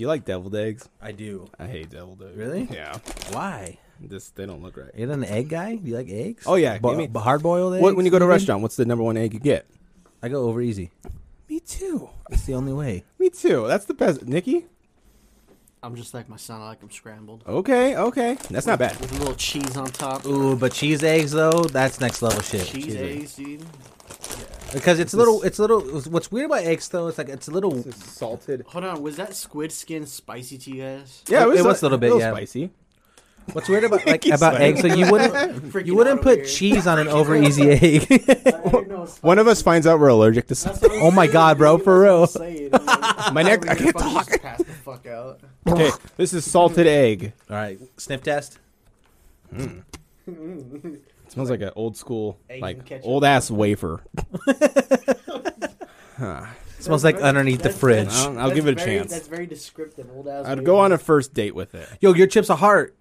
you like deviled eggs?
I do.
I hate deviled eggs.
Really?
Yeah.
Why?
This they don't look right.
You're an egg guy. You like eggs?
Oh, yeah,
Bo-
give me-
bo- hard boiled eggs.
What when you go to a
maybe?
restaurant? What's the number one egg you get?
I go over easy.
Me too.
It's the only way.
Me too. That's the best. Nikki.
I'm just like my son. I like them scrambled.
Okay. Okay. That's not bad.
With a little cheese on top.
Ooh, but cheese eggs though, that's next level shit.
cheese,
cheese
eggs, dude.
Because it's a little, it's a little. What's weird about eggs though, it's like it's a little.
Salted.
Hold on, was that squid skin spicy to you guys?
Yeah,
It was a little bit, yeah.
spicy.
What's weird about like
He's
about
sweating.
eggs? So you wouldn't you wouldn't put cheese on an over easy egg.
One of us finds out we're allergic to something.
oh my god, bro, for real.
My neck, I can't talk. Okay, this is salted egg.
All right, sniff test.
It smells like an old school,
Egg and
like
ketchup.
old ass wafer.
smells like underneath the fridge.
I'll, I'll give it a chance.
That's very descriptive, old ass.
I'd go on a first date with it.
Yo, your chips a heart.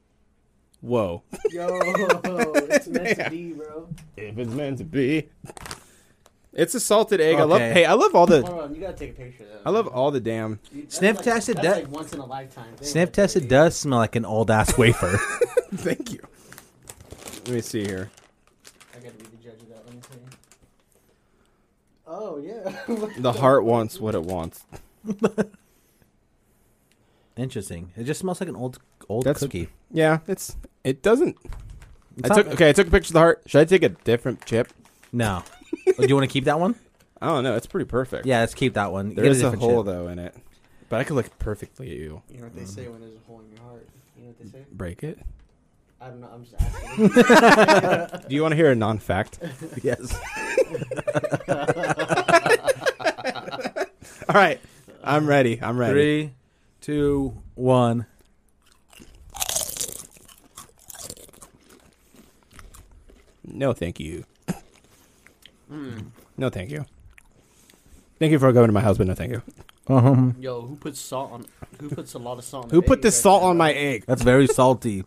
Whoa.
Yo, it's meant to be, bro.
If it's meant to be. It's a salted egg. I love.
Okay.
Hey, I love all the.
Hold on, you gotta take a picture of that.
I love all the damn.
That's
Sniff
like-
test, it
That's
does-
like once in a lifetime. thing
Sniff
right
test.
there.
It does smell like an old ass wafer.
Thank you. Let me see here.
I gotta be the judge of that. Let me see. Oh yeah.
The heart wants what it wants.
Interesting. It just smells like an old old
That's-
cookie.
Yeah, it's. It doesn't.
It's
I
not-
took okay. I took a picture of the heart. Should I take a different chip?
No. Oh, Do you want to keep that one?
I don't know. It's pretty perfect.
Yeah, let's keep that one.
there
Get
is a
different
hole
chip.
though in it, but I could look perfectly at you.
you know what they say when there's a hole in your heart. You know what they say?
Break it.
I don't know. I'm just asking.
Do you want to hear a non-fact?
Yes.
All right, I'm ready. I'm ready.
Three, two, one.
No, thank you. No, thank you. Thank you for going to my house, but no, thank you.
Yo, who puts salt on? Who puts a lot of salt? on
Who
the
put
egg
this
right
salt
there,
on
bro?
my egg?
That's very salty.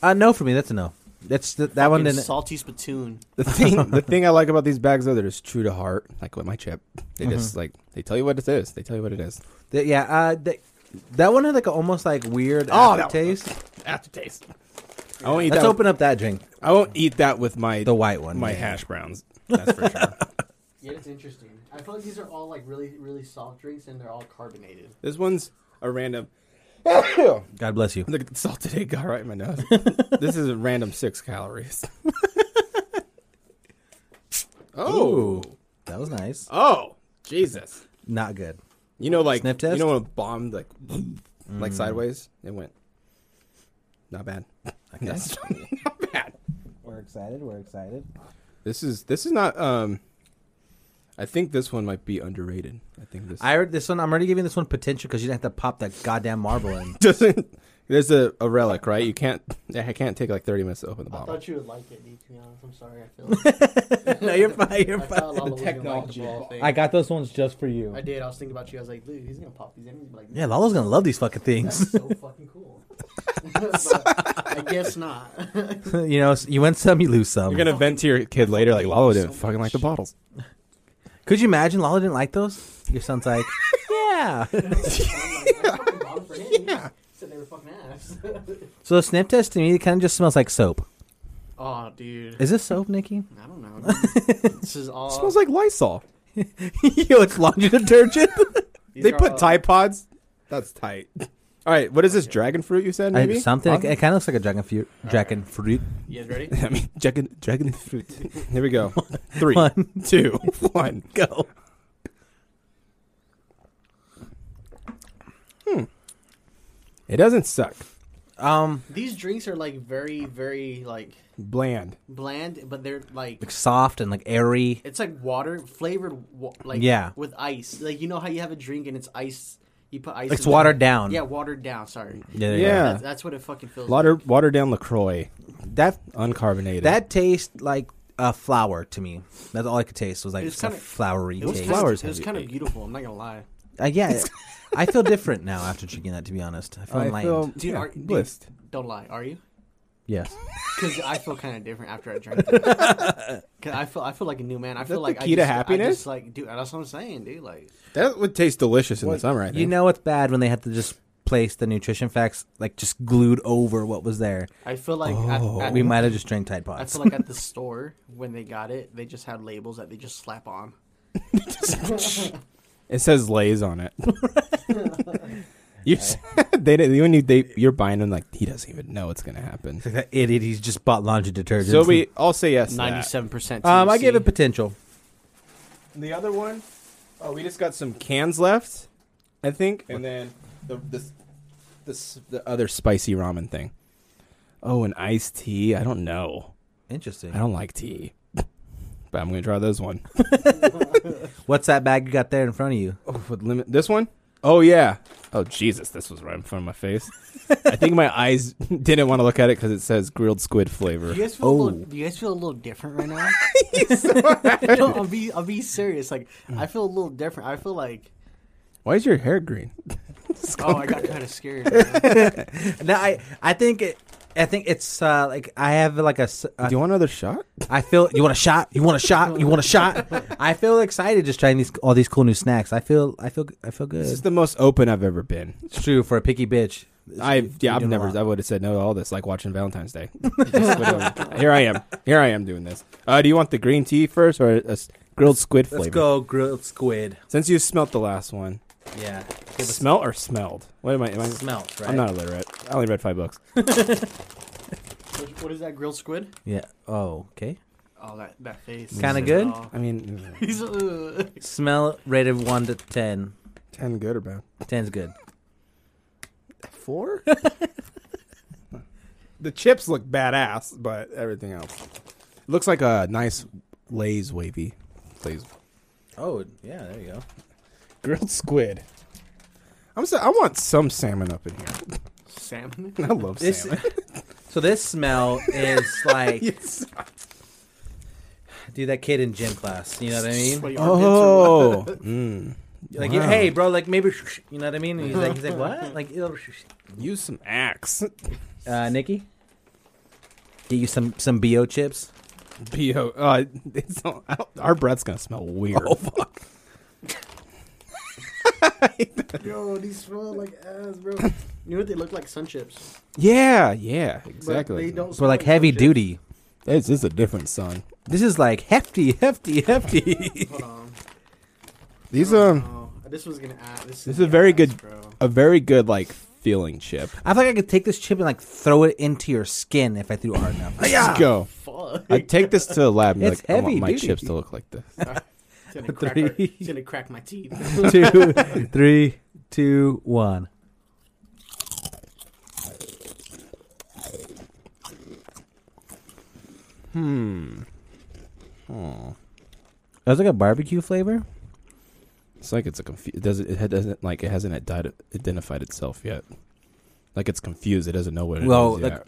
Uh, no, for me, that's a no. That's th- that one
Fucking
didn't.
salty spittoon.
The thing, the thing I like about these bags though, they're just true to heart. Like with my chip, they just like they tell you what it is. They tell you what it is.
th- yeah, uh, th- that one had like a, almost like weird
Oh, that
aftertaste.
Aftertaste. I won't eat
Let's
that.
open up that drink,
I won't eat that with my
the white one.
my
yeah.
hash browns. That's for sure.
Yeah, it's interesting. I feel like these are all like really, really soft drinks, and they're all carbonated.
This one's a random.
God bless you.
Look at the salted egg got right in my nose. this is a random six calories. oh,
That was nice.
oh, Jesus!
Not good.
You know, like
Sniff test? Mm.
you know when a bomb like like sideways, it went. Not bad. That's not bad.
We're excited. We're excited.
This is this is not. Um, I think this one might be underrated. I think this
I heard this one. I'm already giving this one potential because you didn't have to pop that goddamn marble in.
doesn't. There's a, a relic, right? You can't. I can't take like 30 minutes to open the
I
Oh.
bottle.
thought you would like it, D, to be honest. I'm sorry. I feel
no, you're fine. You're
I thought Lala was gonna like
technology.
the ball thing.
I
I,
got those ones just for you.
did. I was thinking about you. I was like, dude, he's gonna pop these in. He's gonna be like,
Yeah, Lala's gonna love these fucking things.
that's so fucking cool. but I guess not.
you know, s- you win some, you lose some.
You're gonna vent to your kid later, like Lalo didn't fucking like the bottles.
Could you imagine Lala didn't like those? Your son's like, yeah.
yeah. Said they were fucking ass.
so the snip test to me, it kind of just smells like soap.
oh, dude.
Is this soap, Nikki?
I don't know. dude. this is all.
smells like Lysol.
Yo, it's laundry detergent.
these
They
are
put
all-
Tide Pods. That's tight. All right, what is this dragon fruit you said?
I-
Maybe
something. It,
Huh?
kind of looks like a dragon fruit. Dragon fruit.
You guys ready?
I mean, dragon dragon fruit. Here we go. Three,
One.
two, one, go. Hmm. It doesn't suck.
Um,
These drinks are like very, very like
Bland.
bland, but they're like
like soft and like airy.
It's like water flavored, wa- like
Yeah.
with ice. Like you know how you have a drink and it's ice. You put ice.
It's
in
watered
it.
down.
Yeah, watered down. Sorry.
Yeah. there you go.
Yeah,
That's, that's what it fucking feels. like.
water watered down Lacroix,
That
uncarbonated.
that tastes like a flower to me. That's all I could taste was like
It's
just a
kinda-
flowery
It was
taste.
kind
flowers
Of, it was
have
kind of beautiful. I'm not gonna lie.
Uh, yeah, I feel different now after drinking that. To be honest, I feel
I
enlightened.
feel
Dude,
yeah,
are- dude.
blissed.
Don't lie. Are you?
Yes.
Because I feel kind of different after I drank. That. Cause I feel I feel like a new man. I feel
that
like
the
I
key to
just, I
happiness?
just, like, dude, that's what I'm saying, dude. Like,
That would taste delicious in the summer. I think.
You know it's bad when they had to just place the nutrition facts like just glued over what was there.
I feel like at, at,
We might have just drank Tide
I
Pods.
feel like at the store when they got it, they just had labels that they just slap on.
It says Lay's on it. you they didn't- you knew they you're buying them like he doesn't even know what's gonna happen.
that idiot, he's just bought laundry detergent.
So we all say yes. to that.
Ninety-seven percent.
um, I gave it potential.
The other one, oh, we just got some cans left, I think, and then the the the, s- the other spicy ramen thing. Oh, an iced tea. I don't know.
Interesting.
I don't like tea, but I'm gonna try this one.
What's that bag you got there in front of you?
Oh, with lemon. This one? Oh yeah. Oh Jesus, this was right in front of my face. I think my eyes didn't want to look at it because it says grilled squid flavor.
Do you guys feel a
Oh.
little, do you guys feel a little different right now? no, I'll be I'll be serious. Like
Mm.
I feel a little different. I feel like
Why is your hair green?
oh I got kind of scared.
no, I I think it. I think it's uh, like I have like a. s- uh,
Do you want another shot?
I feel you want a shot. You want a shot. You want a shot. I feel excited just trying these all these cool new snacks. I feel I feel I feel good.
This is the most open I've ever been.
It's true for a picky bitch.
I've yeah, I've
doing a
never.
lot.
I would have said no to all this, like watching Valentine's Day. Just whatever. Here I am. Here I am doing this. Uh, do you want the green tea first or a s- grilled squid flavor?
Let's go grilled squid.
Since you smelt the last one,
Yeah, give us
smelt or smelled? What am I? Am I
smelt right.
I'm not illiterate. I only read five books.
what is that grilled squid?
Yeah. Oh, okay.
Oh that that face.
Kinda good?
Oh.
I mean,
He's uh,
Smell rated one to ten.
ten good or bad?
Ten's good.
Four. the chips look badass, but everything else looks like a nice Lay's wavy. Lay's
Oh yeah, there you go.
grilled squid. I'm so, I want some salmon up in here.
salmon.
I love
This-
salmon.
So this smell is like dude that kid in gym class. You know what I mean?
What, your armpits or what?
Oh, mm.
Like
Wow.
hey bro, like maybe you know what I mean? And he's like he's like what? Like it'll-
use some axe.
uh, Nikki, get you some some bo chips.
Bo, uh, it's not, I don't, our breath's gonna smell weird. Oh fuck!
Yo, these smell like ass, bro. You know what they look like? Sun chips.
Yeah, yeah,
But
exactly.
They don't.
So
smell
like heavy
sun Oh, chips.
duty.
This is a different sun.
This is like hefty, hefty, hefty.
Hold on.
These um,
Oh, this was gonna add. This,
this is
gonna
a very
ass,
good,
Bro.
a very good like feeling chip.
I feel like I could take this chip and like throw it into your skin if I threw it hard enough.
Let's go.
Fuck.
I take this to the lab. And be
It's
like, I want
heavy
my
duty.
chips to look like this.
It's gonna, crack our,
Three.
it's gonna crack my teeth.
Two, three, two, one. That was like a barbecue flavor.
It's like it's a confu- it doesn't it doesn't like it hasn't adi- identified itself yet. Like it's confused. It doesn't know what it is.
Well,
yet.
like,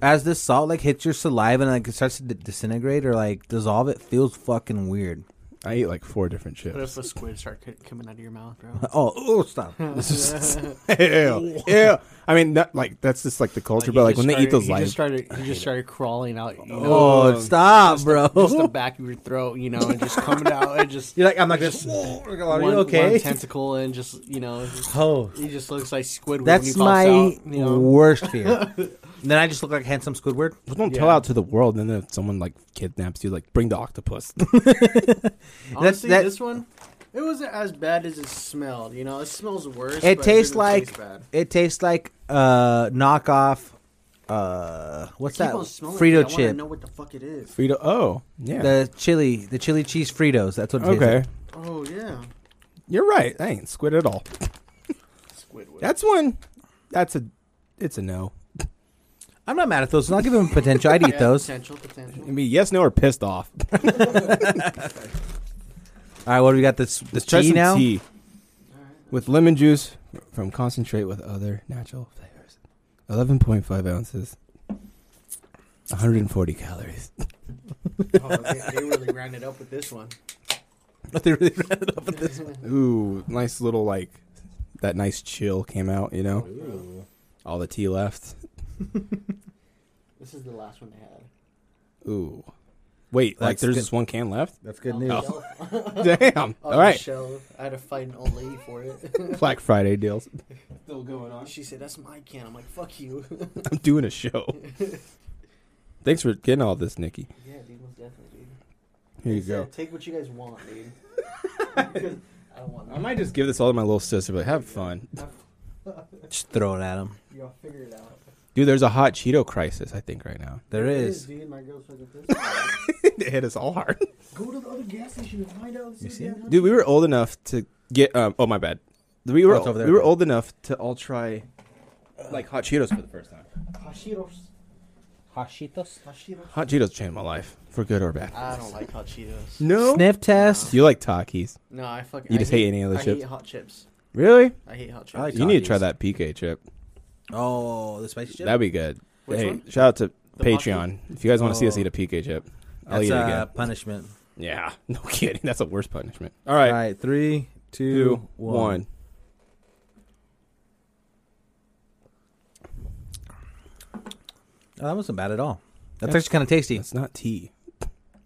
as this salt like hits your saliva and like it starts to d- disintegrate or like dissolve, it feels fucking weird.
I ate like four different chips.
What if a squid start c- coming out of your mouth, bro?
Oh, oh, stop!
Ew. Ew. I mean, that, like that's just like the culture, but
he
like
just
when they eat
started-
those
he
live,
just started, he just started crawling out. You know,
Oh, stop,
just
bro!
The, just the back of your throat, you know, and just coming out and just
You're like I'm like this.
one,
Are you
one
okay?
tentacle and just you know, just-
Oh,
he just looks like Squidward. when he
That's
pops
my
out, you know?
worst fear. then I just look like handsome Squidward.
Just don't
Yeah.
tell out to the world. And then if someone like kidnaps you, like bring the octopus.
Honestly,
that-
this one, it wasn't as bad as it smelled. You know, it smells worse.
It
but
tastes
didn't
like
taste bad.
it tastes like uh knockoff. Uh, what's
Keep
that?
on smelling it,
Frito
I wanna
chip.
know what the fuck it is.
Frito. Oh, yeah.
The chili, the chili cheese Fritos. That's what. It tastes
okay,
like.
Oh yeah,
you're right. I ain't squid at all.
Squidward.
That's one. That's a. It's a no.
I'm not mad at those. I'll give them potential. I'd eat
Yeah,
those. All
potential, potential.
I mean, yes, no, or pissed off.
right, what do we got? This this
Let's try
tea
some
now.
tea with lemon juice from concentrate with other natural flavors. Eleven point five ounces. 140 calories.
Oh, they, they really ran it up with this one.
They really ran it up with this.
Ooh, nice little like that nice chill came out, you know. All the tea left.
This is the last one they had.
Ooh. Wait, like
That's
there's
good.
just one can left?
That's good
The
news.
shelf.
Damn.
On
All right.
The shelf. I had to fight an old lady for it.
Black Friday deals.
Still going on. She said, "That's my can." I'm like, "Fuck you."
I'm doing a show. Thanks for getting all this, Nikki.
yeah, dude, most definitely, dude.
Here you
They
go.
said, Take what you guys want, dude. Because I don't want.
I might just give this all to my little sister, but have fun.
Just throw it at them.
Y'all figure it out.
Dude, there's a hot Cheeto crisis, I think, right now.
There
It
is.
dude. My girl's fucking pissed.
it hit us all hard.
Go to the other gas station and find out. You
Dude, we were old enough to get. Um, oh, my bad. We were,
Oh, it's over there.
we were old enough to all try like hot Cheetos for the first time.
Hashiros.
Hot Cheetos?
Hot Cheetos changed my life for good or bad.
I don't like hot Cheetos.
No
Sniff test.
You like Takis?
No, I fucking.
You
I
just hate any of the
I
chips?
hate hot chips.
Really?
I hate hot chips.
I like
you need to try
Takis.
that PK chip.
Oh, the spicy chip.
That'd be good.
Which
hey,
one?
shout out to
The
Patreon if you guys want to see us
Oh.
eat a PK chip. I'll
That's
eat it
uh,
again.
punishment.
yeah, no kidding. That's the worst punishment. All
All
right,
right, three, two,
two,
one.
one.
Oh, that wasn't bad at all. That's
That's-
actually kind of tasty.
It's not tea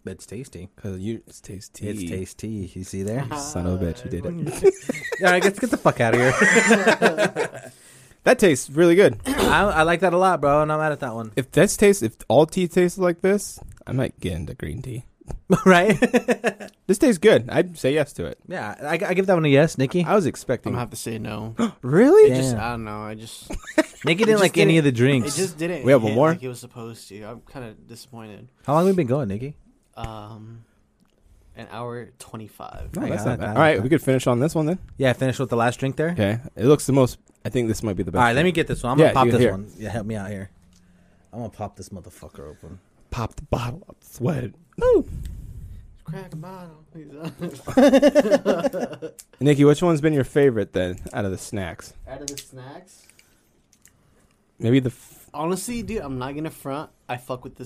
It's tasty.
because you it's taste tea.
It's tasty. You see there?
Ah.
all
Son of a bitch, you did it.
right, get, get the fuck out of here.
That tastes really good.
I, I like that a lot, bro, and I'm mad at that one.
If this tastes, if all tea tastes like this, I might get into green tea.
right?
This tastes good. I'd say yes to it.
yeah, I, I give that one a yes, Nikki.
I was
I'm
expecting.
gonna have to say no.
Uh, really? uh,
Damn.
Just, I don't know. I just
Nikki didn't
just
like any
didn't-
of the
it
drinks.
just didn't.
We have one
hit
more?
Like it was supposed to. I'm kind of disappointed.
How long have we been going, Nikki?
Um, an hour twenty five.
No, that's
Yeah,
not
I- I
bad.
like
All right,
that.
we could finish on this one then.
Yeah, finish with the last drink there.
Okay. It looks the most. I think this might be the best.
All right, let
one.
me get this one. I'm gonna
Yeah,
pop
you-
this
here.
one. Yeah, help me out here. I'm gonna pop this motherfucker open.
pop the bottle. I'm sweating.
Crack a bottle.
Nikki, which one's been your favorite then out of the snacks?
Out of the snacks.
Maybe the. F-
Honestly, dude, I'm not gonna front. I fuck with the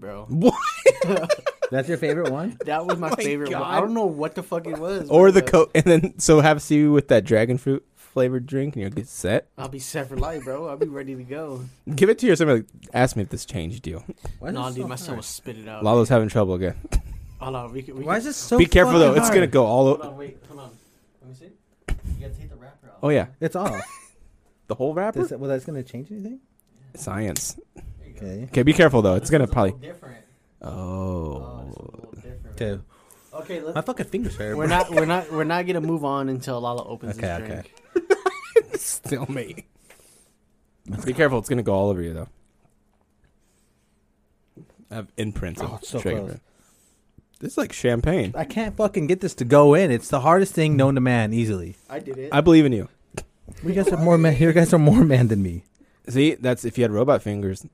bro.
Oh
what?
That's your favorite one?
That was my, favorite. one. I
God.
don't know what the fuck it was.
Or
but,
the
uh,
coke, and then so have seaweed with that dragon fruit flavored drink, and you'll get set.
I'll be set for life, bro. I'll be ready to go.
Give it to your somebody. Ask me if this changed you.
Why is
nah,
this
dude,
so
my son
hard?
will spit it out.
Lalo's having trouble again.
Hold on, we can, we
Why
can-
is this so?
Be careful though;
fucking
it's gonna
hard?
go all
Hold
over.
on, wait, hold on. Let me see. You gotta take the wrapper off.
Oh yeah,
It's off.
the whole wrapper.
Does that, well, that's gonna change anything?
Science.
Okay.
Okay, be careful though; it's gonna
This one's a
probably.
little different. Oh,
Oh,
this one's a little different.
Okay.
Okay,
My
let's.
fucking fingers hurt.
We're
bro.
not. We're not. We're not gonna move on until Lala opens
Okay,
this
okay.
drink.
still me. Be careful; it's gonna go all over you though. I have imprints.
Oh,
of
it's so
dragon
close.
fruit. This is like champagne.
I can't fucking get this to go in. It's the hardest thing known to man, easily.
I did it.
I believe in you.
We guys are more man. Your guys are more man than me.
See, that's if you had robot fingers.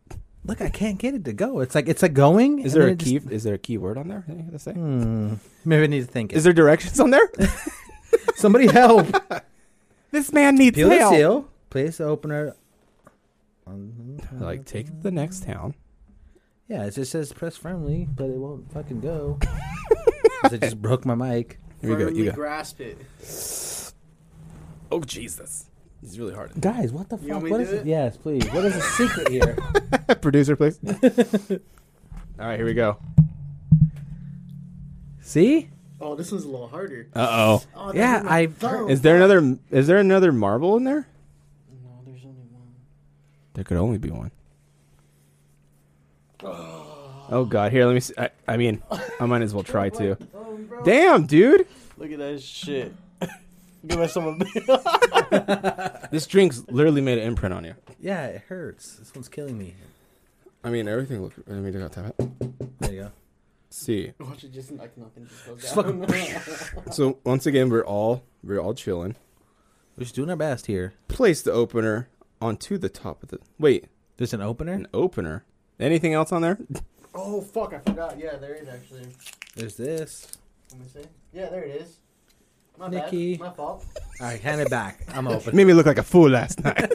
Look, I can't get it to go. It's like it's like going.
Is
and then
there a
it just-
key? Is there a key word on there? that you gotta say?
Hmm. Maybe I need to think. It.
Is there directions on there?
Somebody help.
this man needs
Peel the
help.
seal. Place the opener.
Like, take it to the next town.
Yeah, it just says press firmly, but it won't fucking go. 'Cause I just broke my mic.
Here you go.
Firmly
You go.
grasp it.
Oh Jesus, it's really hard.
Guys, what the
You
fuck?
want me
What
to
is
do
it?
it?
Yes, please. What is the secret here?
Producer, please. All right, here we go.
See?
Oh, this one's a little harder.
Uh oh.
Oh, that
Yeah,
hurt my
I.
thumb.
Is there another? Is there another marble in there?
No, Oh, there's only one.
There could only be one. Oh God! Here, let me. See. I, I mean, I might as well try to.
Oh, bro.
Damn, dude,
Look at that shit. Give us some.
this drink's literally made an imprint on you.
Yeah, it hurts. This one's killing me.
I mean, everything looked. I mean, I got tap it.
There you go.
See,
Watch it just like nothing just goes
Just
down.
so once again, we're all we're all chilling.
We're just doing our best here.
Place the opener onto the top of the. Wait,
There's an opener.
an opener. Anything else on there?
oh fuck! I forgot. Yeah, there is actually.
There's this.
Let me see. Yeah, there it is. My
Nikki.
bad. My fault.
All right, hand it back. I'm open.
Made me look like a fool last night.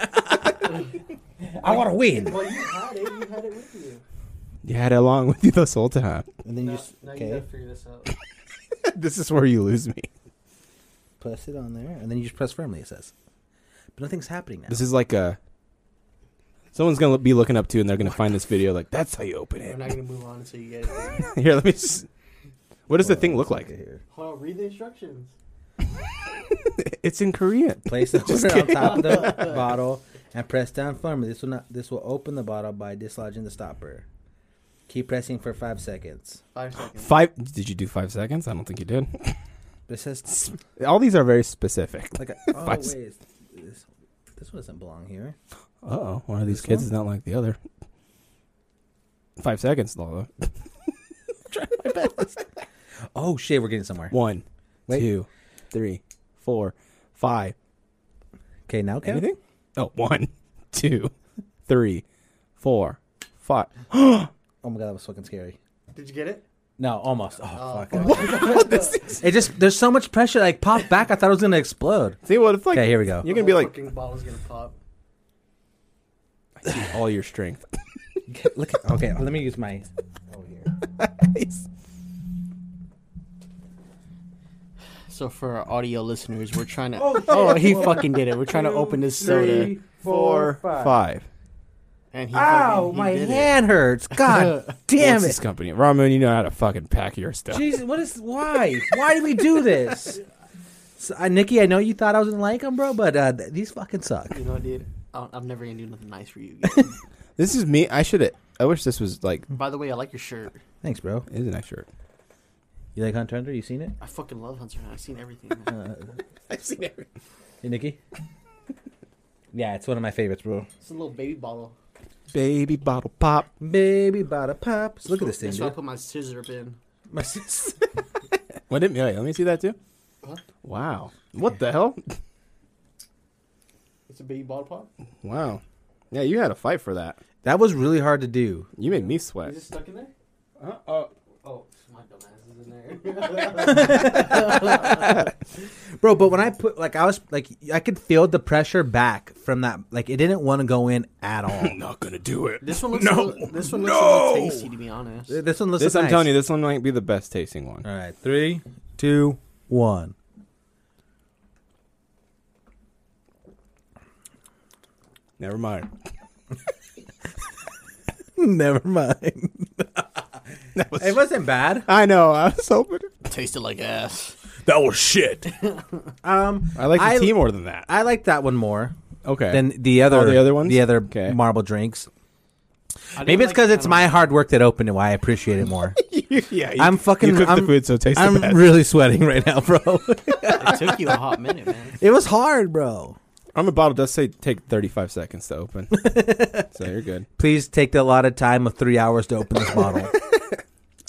I want to win.
Well, you had it. You had it with you.
you had it along with you this whole time.
And then you
Now,
just
now you
okay.
gotta figure this out.
this is where you lose me.
Press it on there, and then you just press firmly. It says, but nothing's happening now.
This is like a. Someone's gonna be looking up to, and they're gonna find this video. Like that's how you open
We're
it.
not gonna move on until you get it.
Here, let me. Just, what does the thing look like?
Here.
Hold on. Read the instructions.
It's in Korean.
Place the opener on top of the bottle and press down firmly. This will not. This will open the bottle by dislodging the stopper. Keep pressing for five seconds.
Five seconds.
Five? Did you do five seconds? I don't think you did.
It says
All these are very specific.
like a, oh
Five
wait,
sec-
it's- this this one doesn't belong here.
Uh oh, one of these
This
kids
one?
is not like the other. Five seconds, Lala.
Oh shit, we're getting somewhere.
One,
Wait.
two, three, four, five.
Okay, now count.
Anything? Oh, one, two, three, four, five. fuck. oh
my god, that was fucking scary.
Did you get it?
No, almost. Oh,
Oh,
fuck. it just there's so much pressure. Like pop back. I thought it was gonna explode.
See what it's like.
Okay, here we go.
You're gonna be like
Fucking bottle's gonna pop.
all your strength.
Look. at- Okay, let me use my.
So for our audio listeners, we're trying to. oh, oh, he fucking did it. We're trying to open this soda,
Four, five.
and he.
Ow,
fucking- he
my
did it.
hand hurts. God damn
What's
it.
This company, Ramon, you know how to fucking pack your stuff.
Jesus, what is why? Why do we do this? So, uh, Nikki, I know you thought I was gonna like them, bro, but uh, th- these fucking suck.
You know, what, dude, I don't, I'm never gonna do nothing nice for you. Again.
This is me. I should. have I wish this was like.
By the way, I like your shirt.
Thanks, bro.
It is an extra.
You like Hunter Hunter? You seen it?
I fucking love Hunter. Hunter. I've seen everything. man.
I've seen everything.
Hey, Nikki. yeah, it's one of my favorites, bro.
It's a little baby bottle.
Baby bottle pop.
Baby bada pops. Look at this thing,
That's why I
dude.
put my scissor up in.
My sis-
What did, wait, let me see that too. Wow. What the hell?
It's a baby bottle pop.
Wow. Yeah, you had a fight for that.
that was really hard to do.
You made me sweat.
Is it stuck in there? Oh, my dumbass is in there.
Bro, but when I put like I was like I could feel the pressure back from that like it didn't want to go in at all.
not gonna do it.
This one looks.
No.
a little, this one looks a little tasty, to be honest.
this one looks
This,
nice.
I'm telling you, this one might be the best tasting one.
All right, three, two, one.
Never mind.
Never mind. it wasn't bad.
I know. I was hoping.
Tasted like ass.
That was shit.
Um,
I like the
I-
tea more than that.
I liked that one more
Okay.
than the other.
the other ones?
The other
Okay.
marble drinks.
I
Maybe
didn't
it's because
like-
it's my hard work that opened it. Why I appreciate it more.
yeah, you,
I'm fucking.
You cooked
I'm,
the food, so it tastes
I'm
the best.
really sweating right now, bro.
It took you a hot minute, man.
it was hard, bro.
on the bottle it does say take 35 seconds to open, so you're good.
Please take the allotted time of three hours to open this bottle.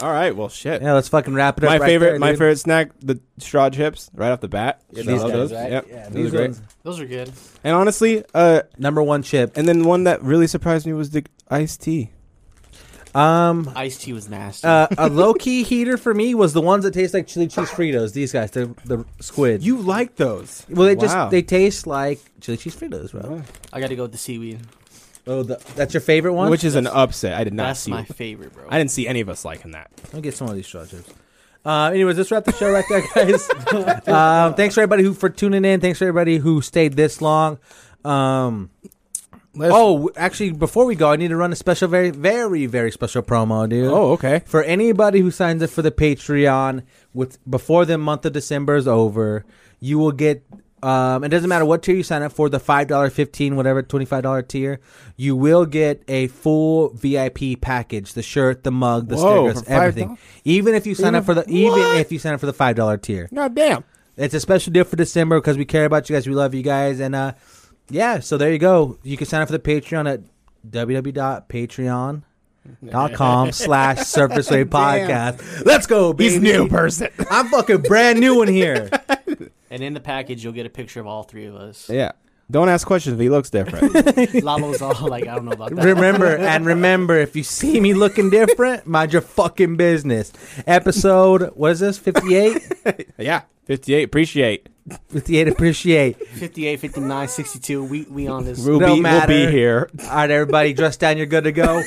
All right. Well, shit.
yeah, let's fucking wrap it up.
my
right
favorite,
there,
my
dude.
favorite snack, the straw chips, right off the bat.
Yeah,
I
these
love
guys,
those.
right?
Yep.
Yeah,
those
these
are great.
ones.
Those are good.
And honestly, uh,
Number one chip.
and then one that really surprised me was the iced tea.
Um,
Iced tea was nasty.
uh, a low key heater for me was the ones that taste like chili cheese Fritos. These guys, the the squid.
You like those?
well, they
Wow.
just they taste like chili cheese Fritos, bro.
I got to go with the seaweed.
Oh, the, that's your favorite one.
which is an upset. I did not
That's
see.
my favorite, bro.
I didn't see any of us liking that.
Let me get some of these straw chips. Uh, anyways, let's wrap the show right there, guys. um, thanks for everybody who for tuning in. Thanks for everybody who stayed this long. Um, oh, w- actually, before we go, I need to run a special, very, very, very special promo, dude.
Oh, okay.
For anybody who signs up for the Patreon with before the month of December is over, you will get. Um, it doesn't matter what tier you sign up for, the five dollar, fifteen, whatever, twenty five dollar tier, you will get a full VIP package: the shirt, the mug, the
Whoa,
stickers,
for $5?
everything. Even if you sign up for the, even if you sign up for the five dollar tier,
God damn.
it's a special deal for December because we care about you guys. We love you guys. And uh, yeah, so there you go. You can sign up for the Patreon at www.patreon.com slash Surface Wave Podcast. Let's go, baby.
He's new person.
I'm fucking brand new in here.
And in the package, you'll get a picture of all three of us.
yeah. Don't ask questions. If he looks different.
Lalo's all like, I don't know about that.
remember, and remember, if you see me looking different, mind your fucking business. Episode, what is this, 58?
yeah. Fifty-eight. Appreciate.
58 Appreciate.
58, 59, 62. We, we on this.
We'll
Don't
be, we'll be
matter.
here.
All right, everybody, dress down. You're good to go.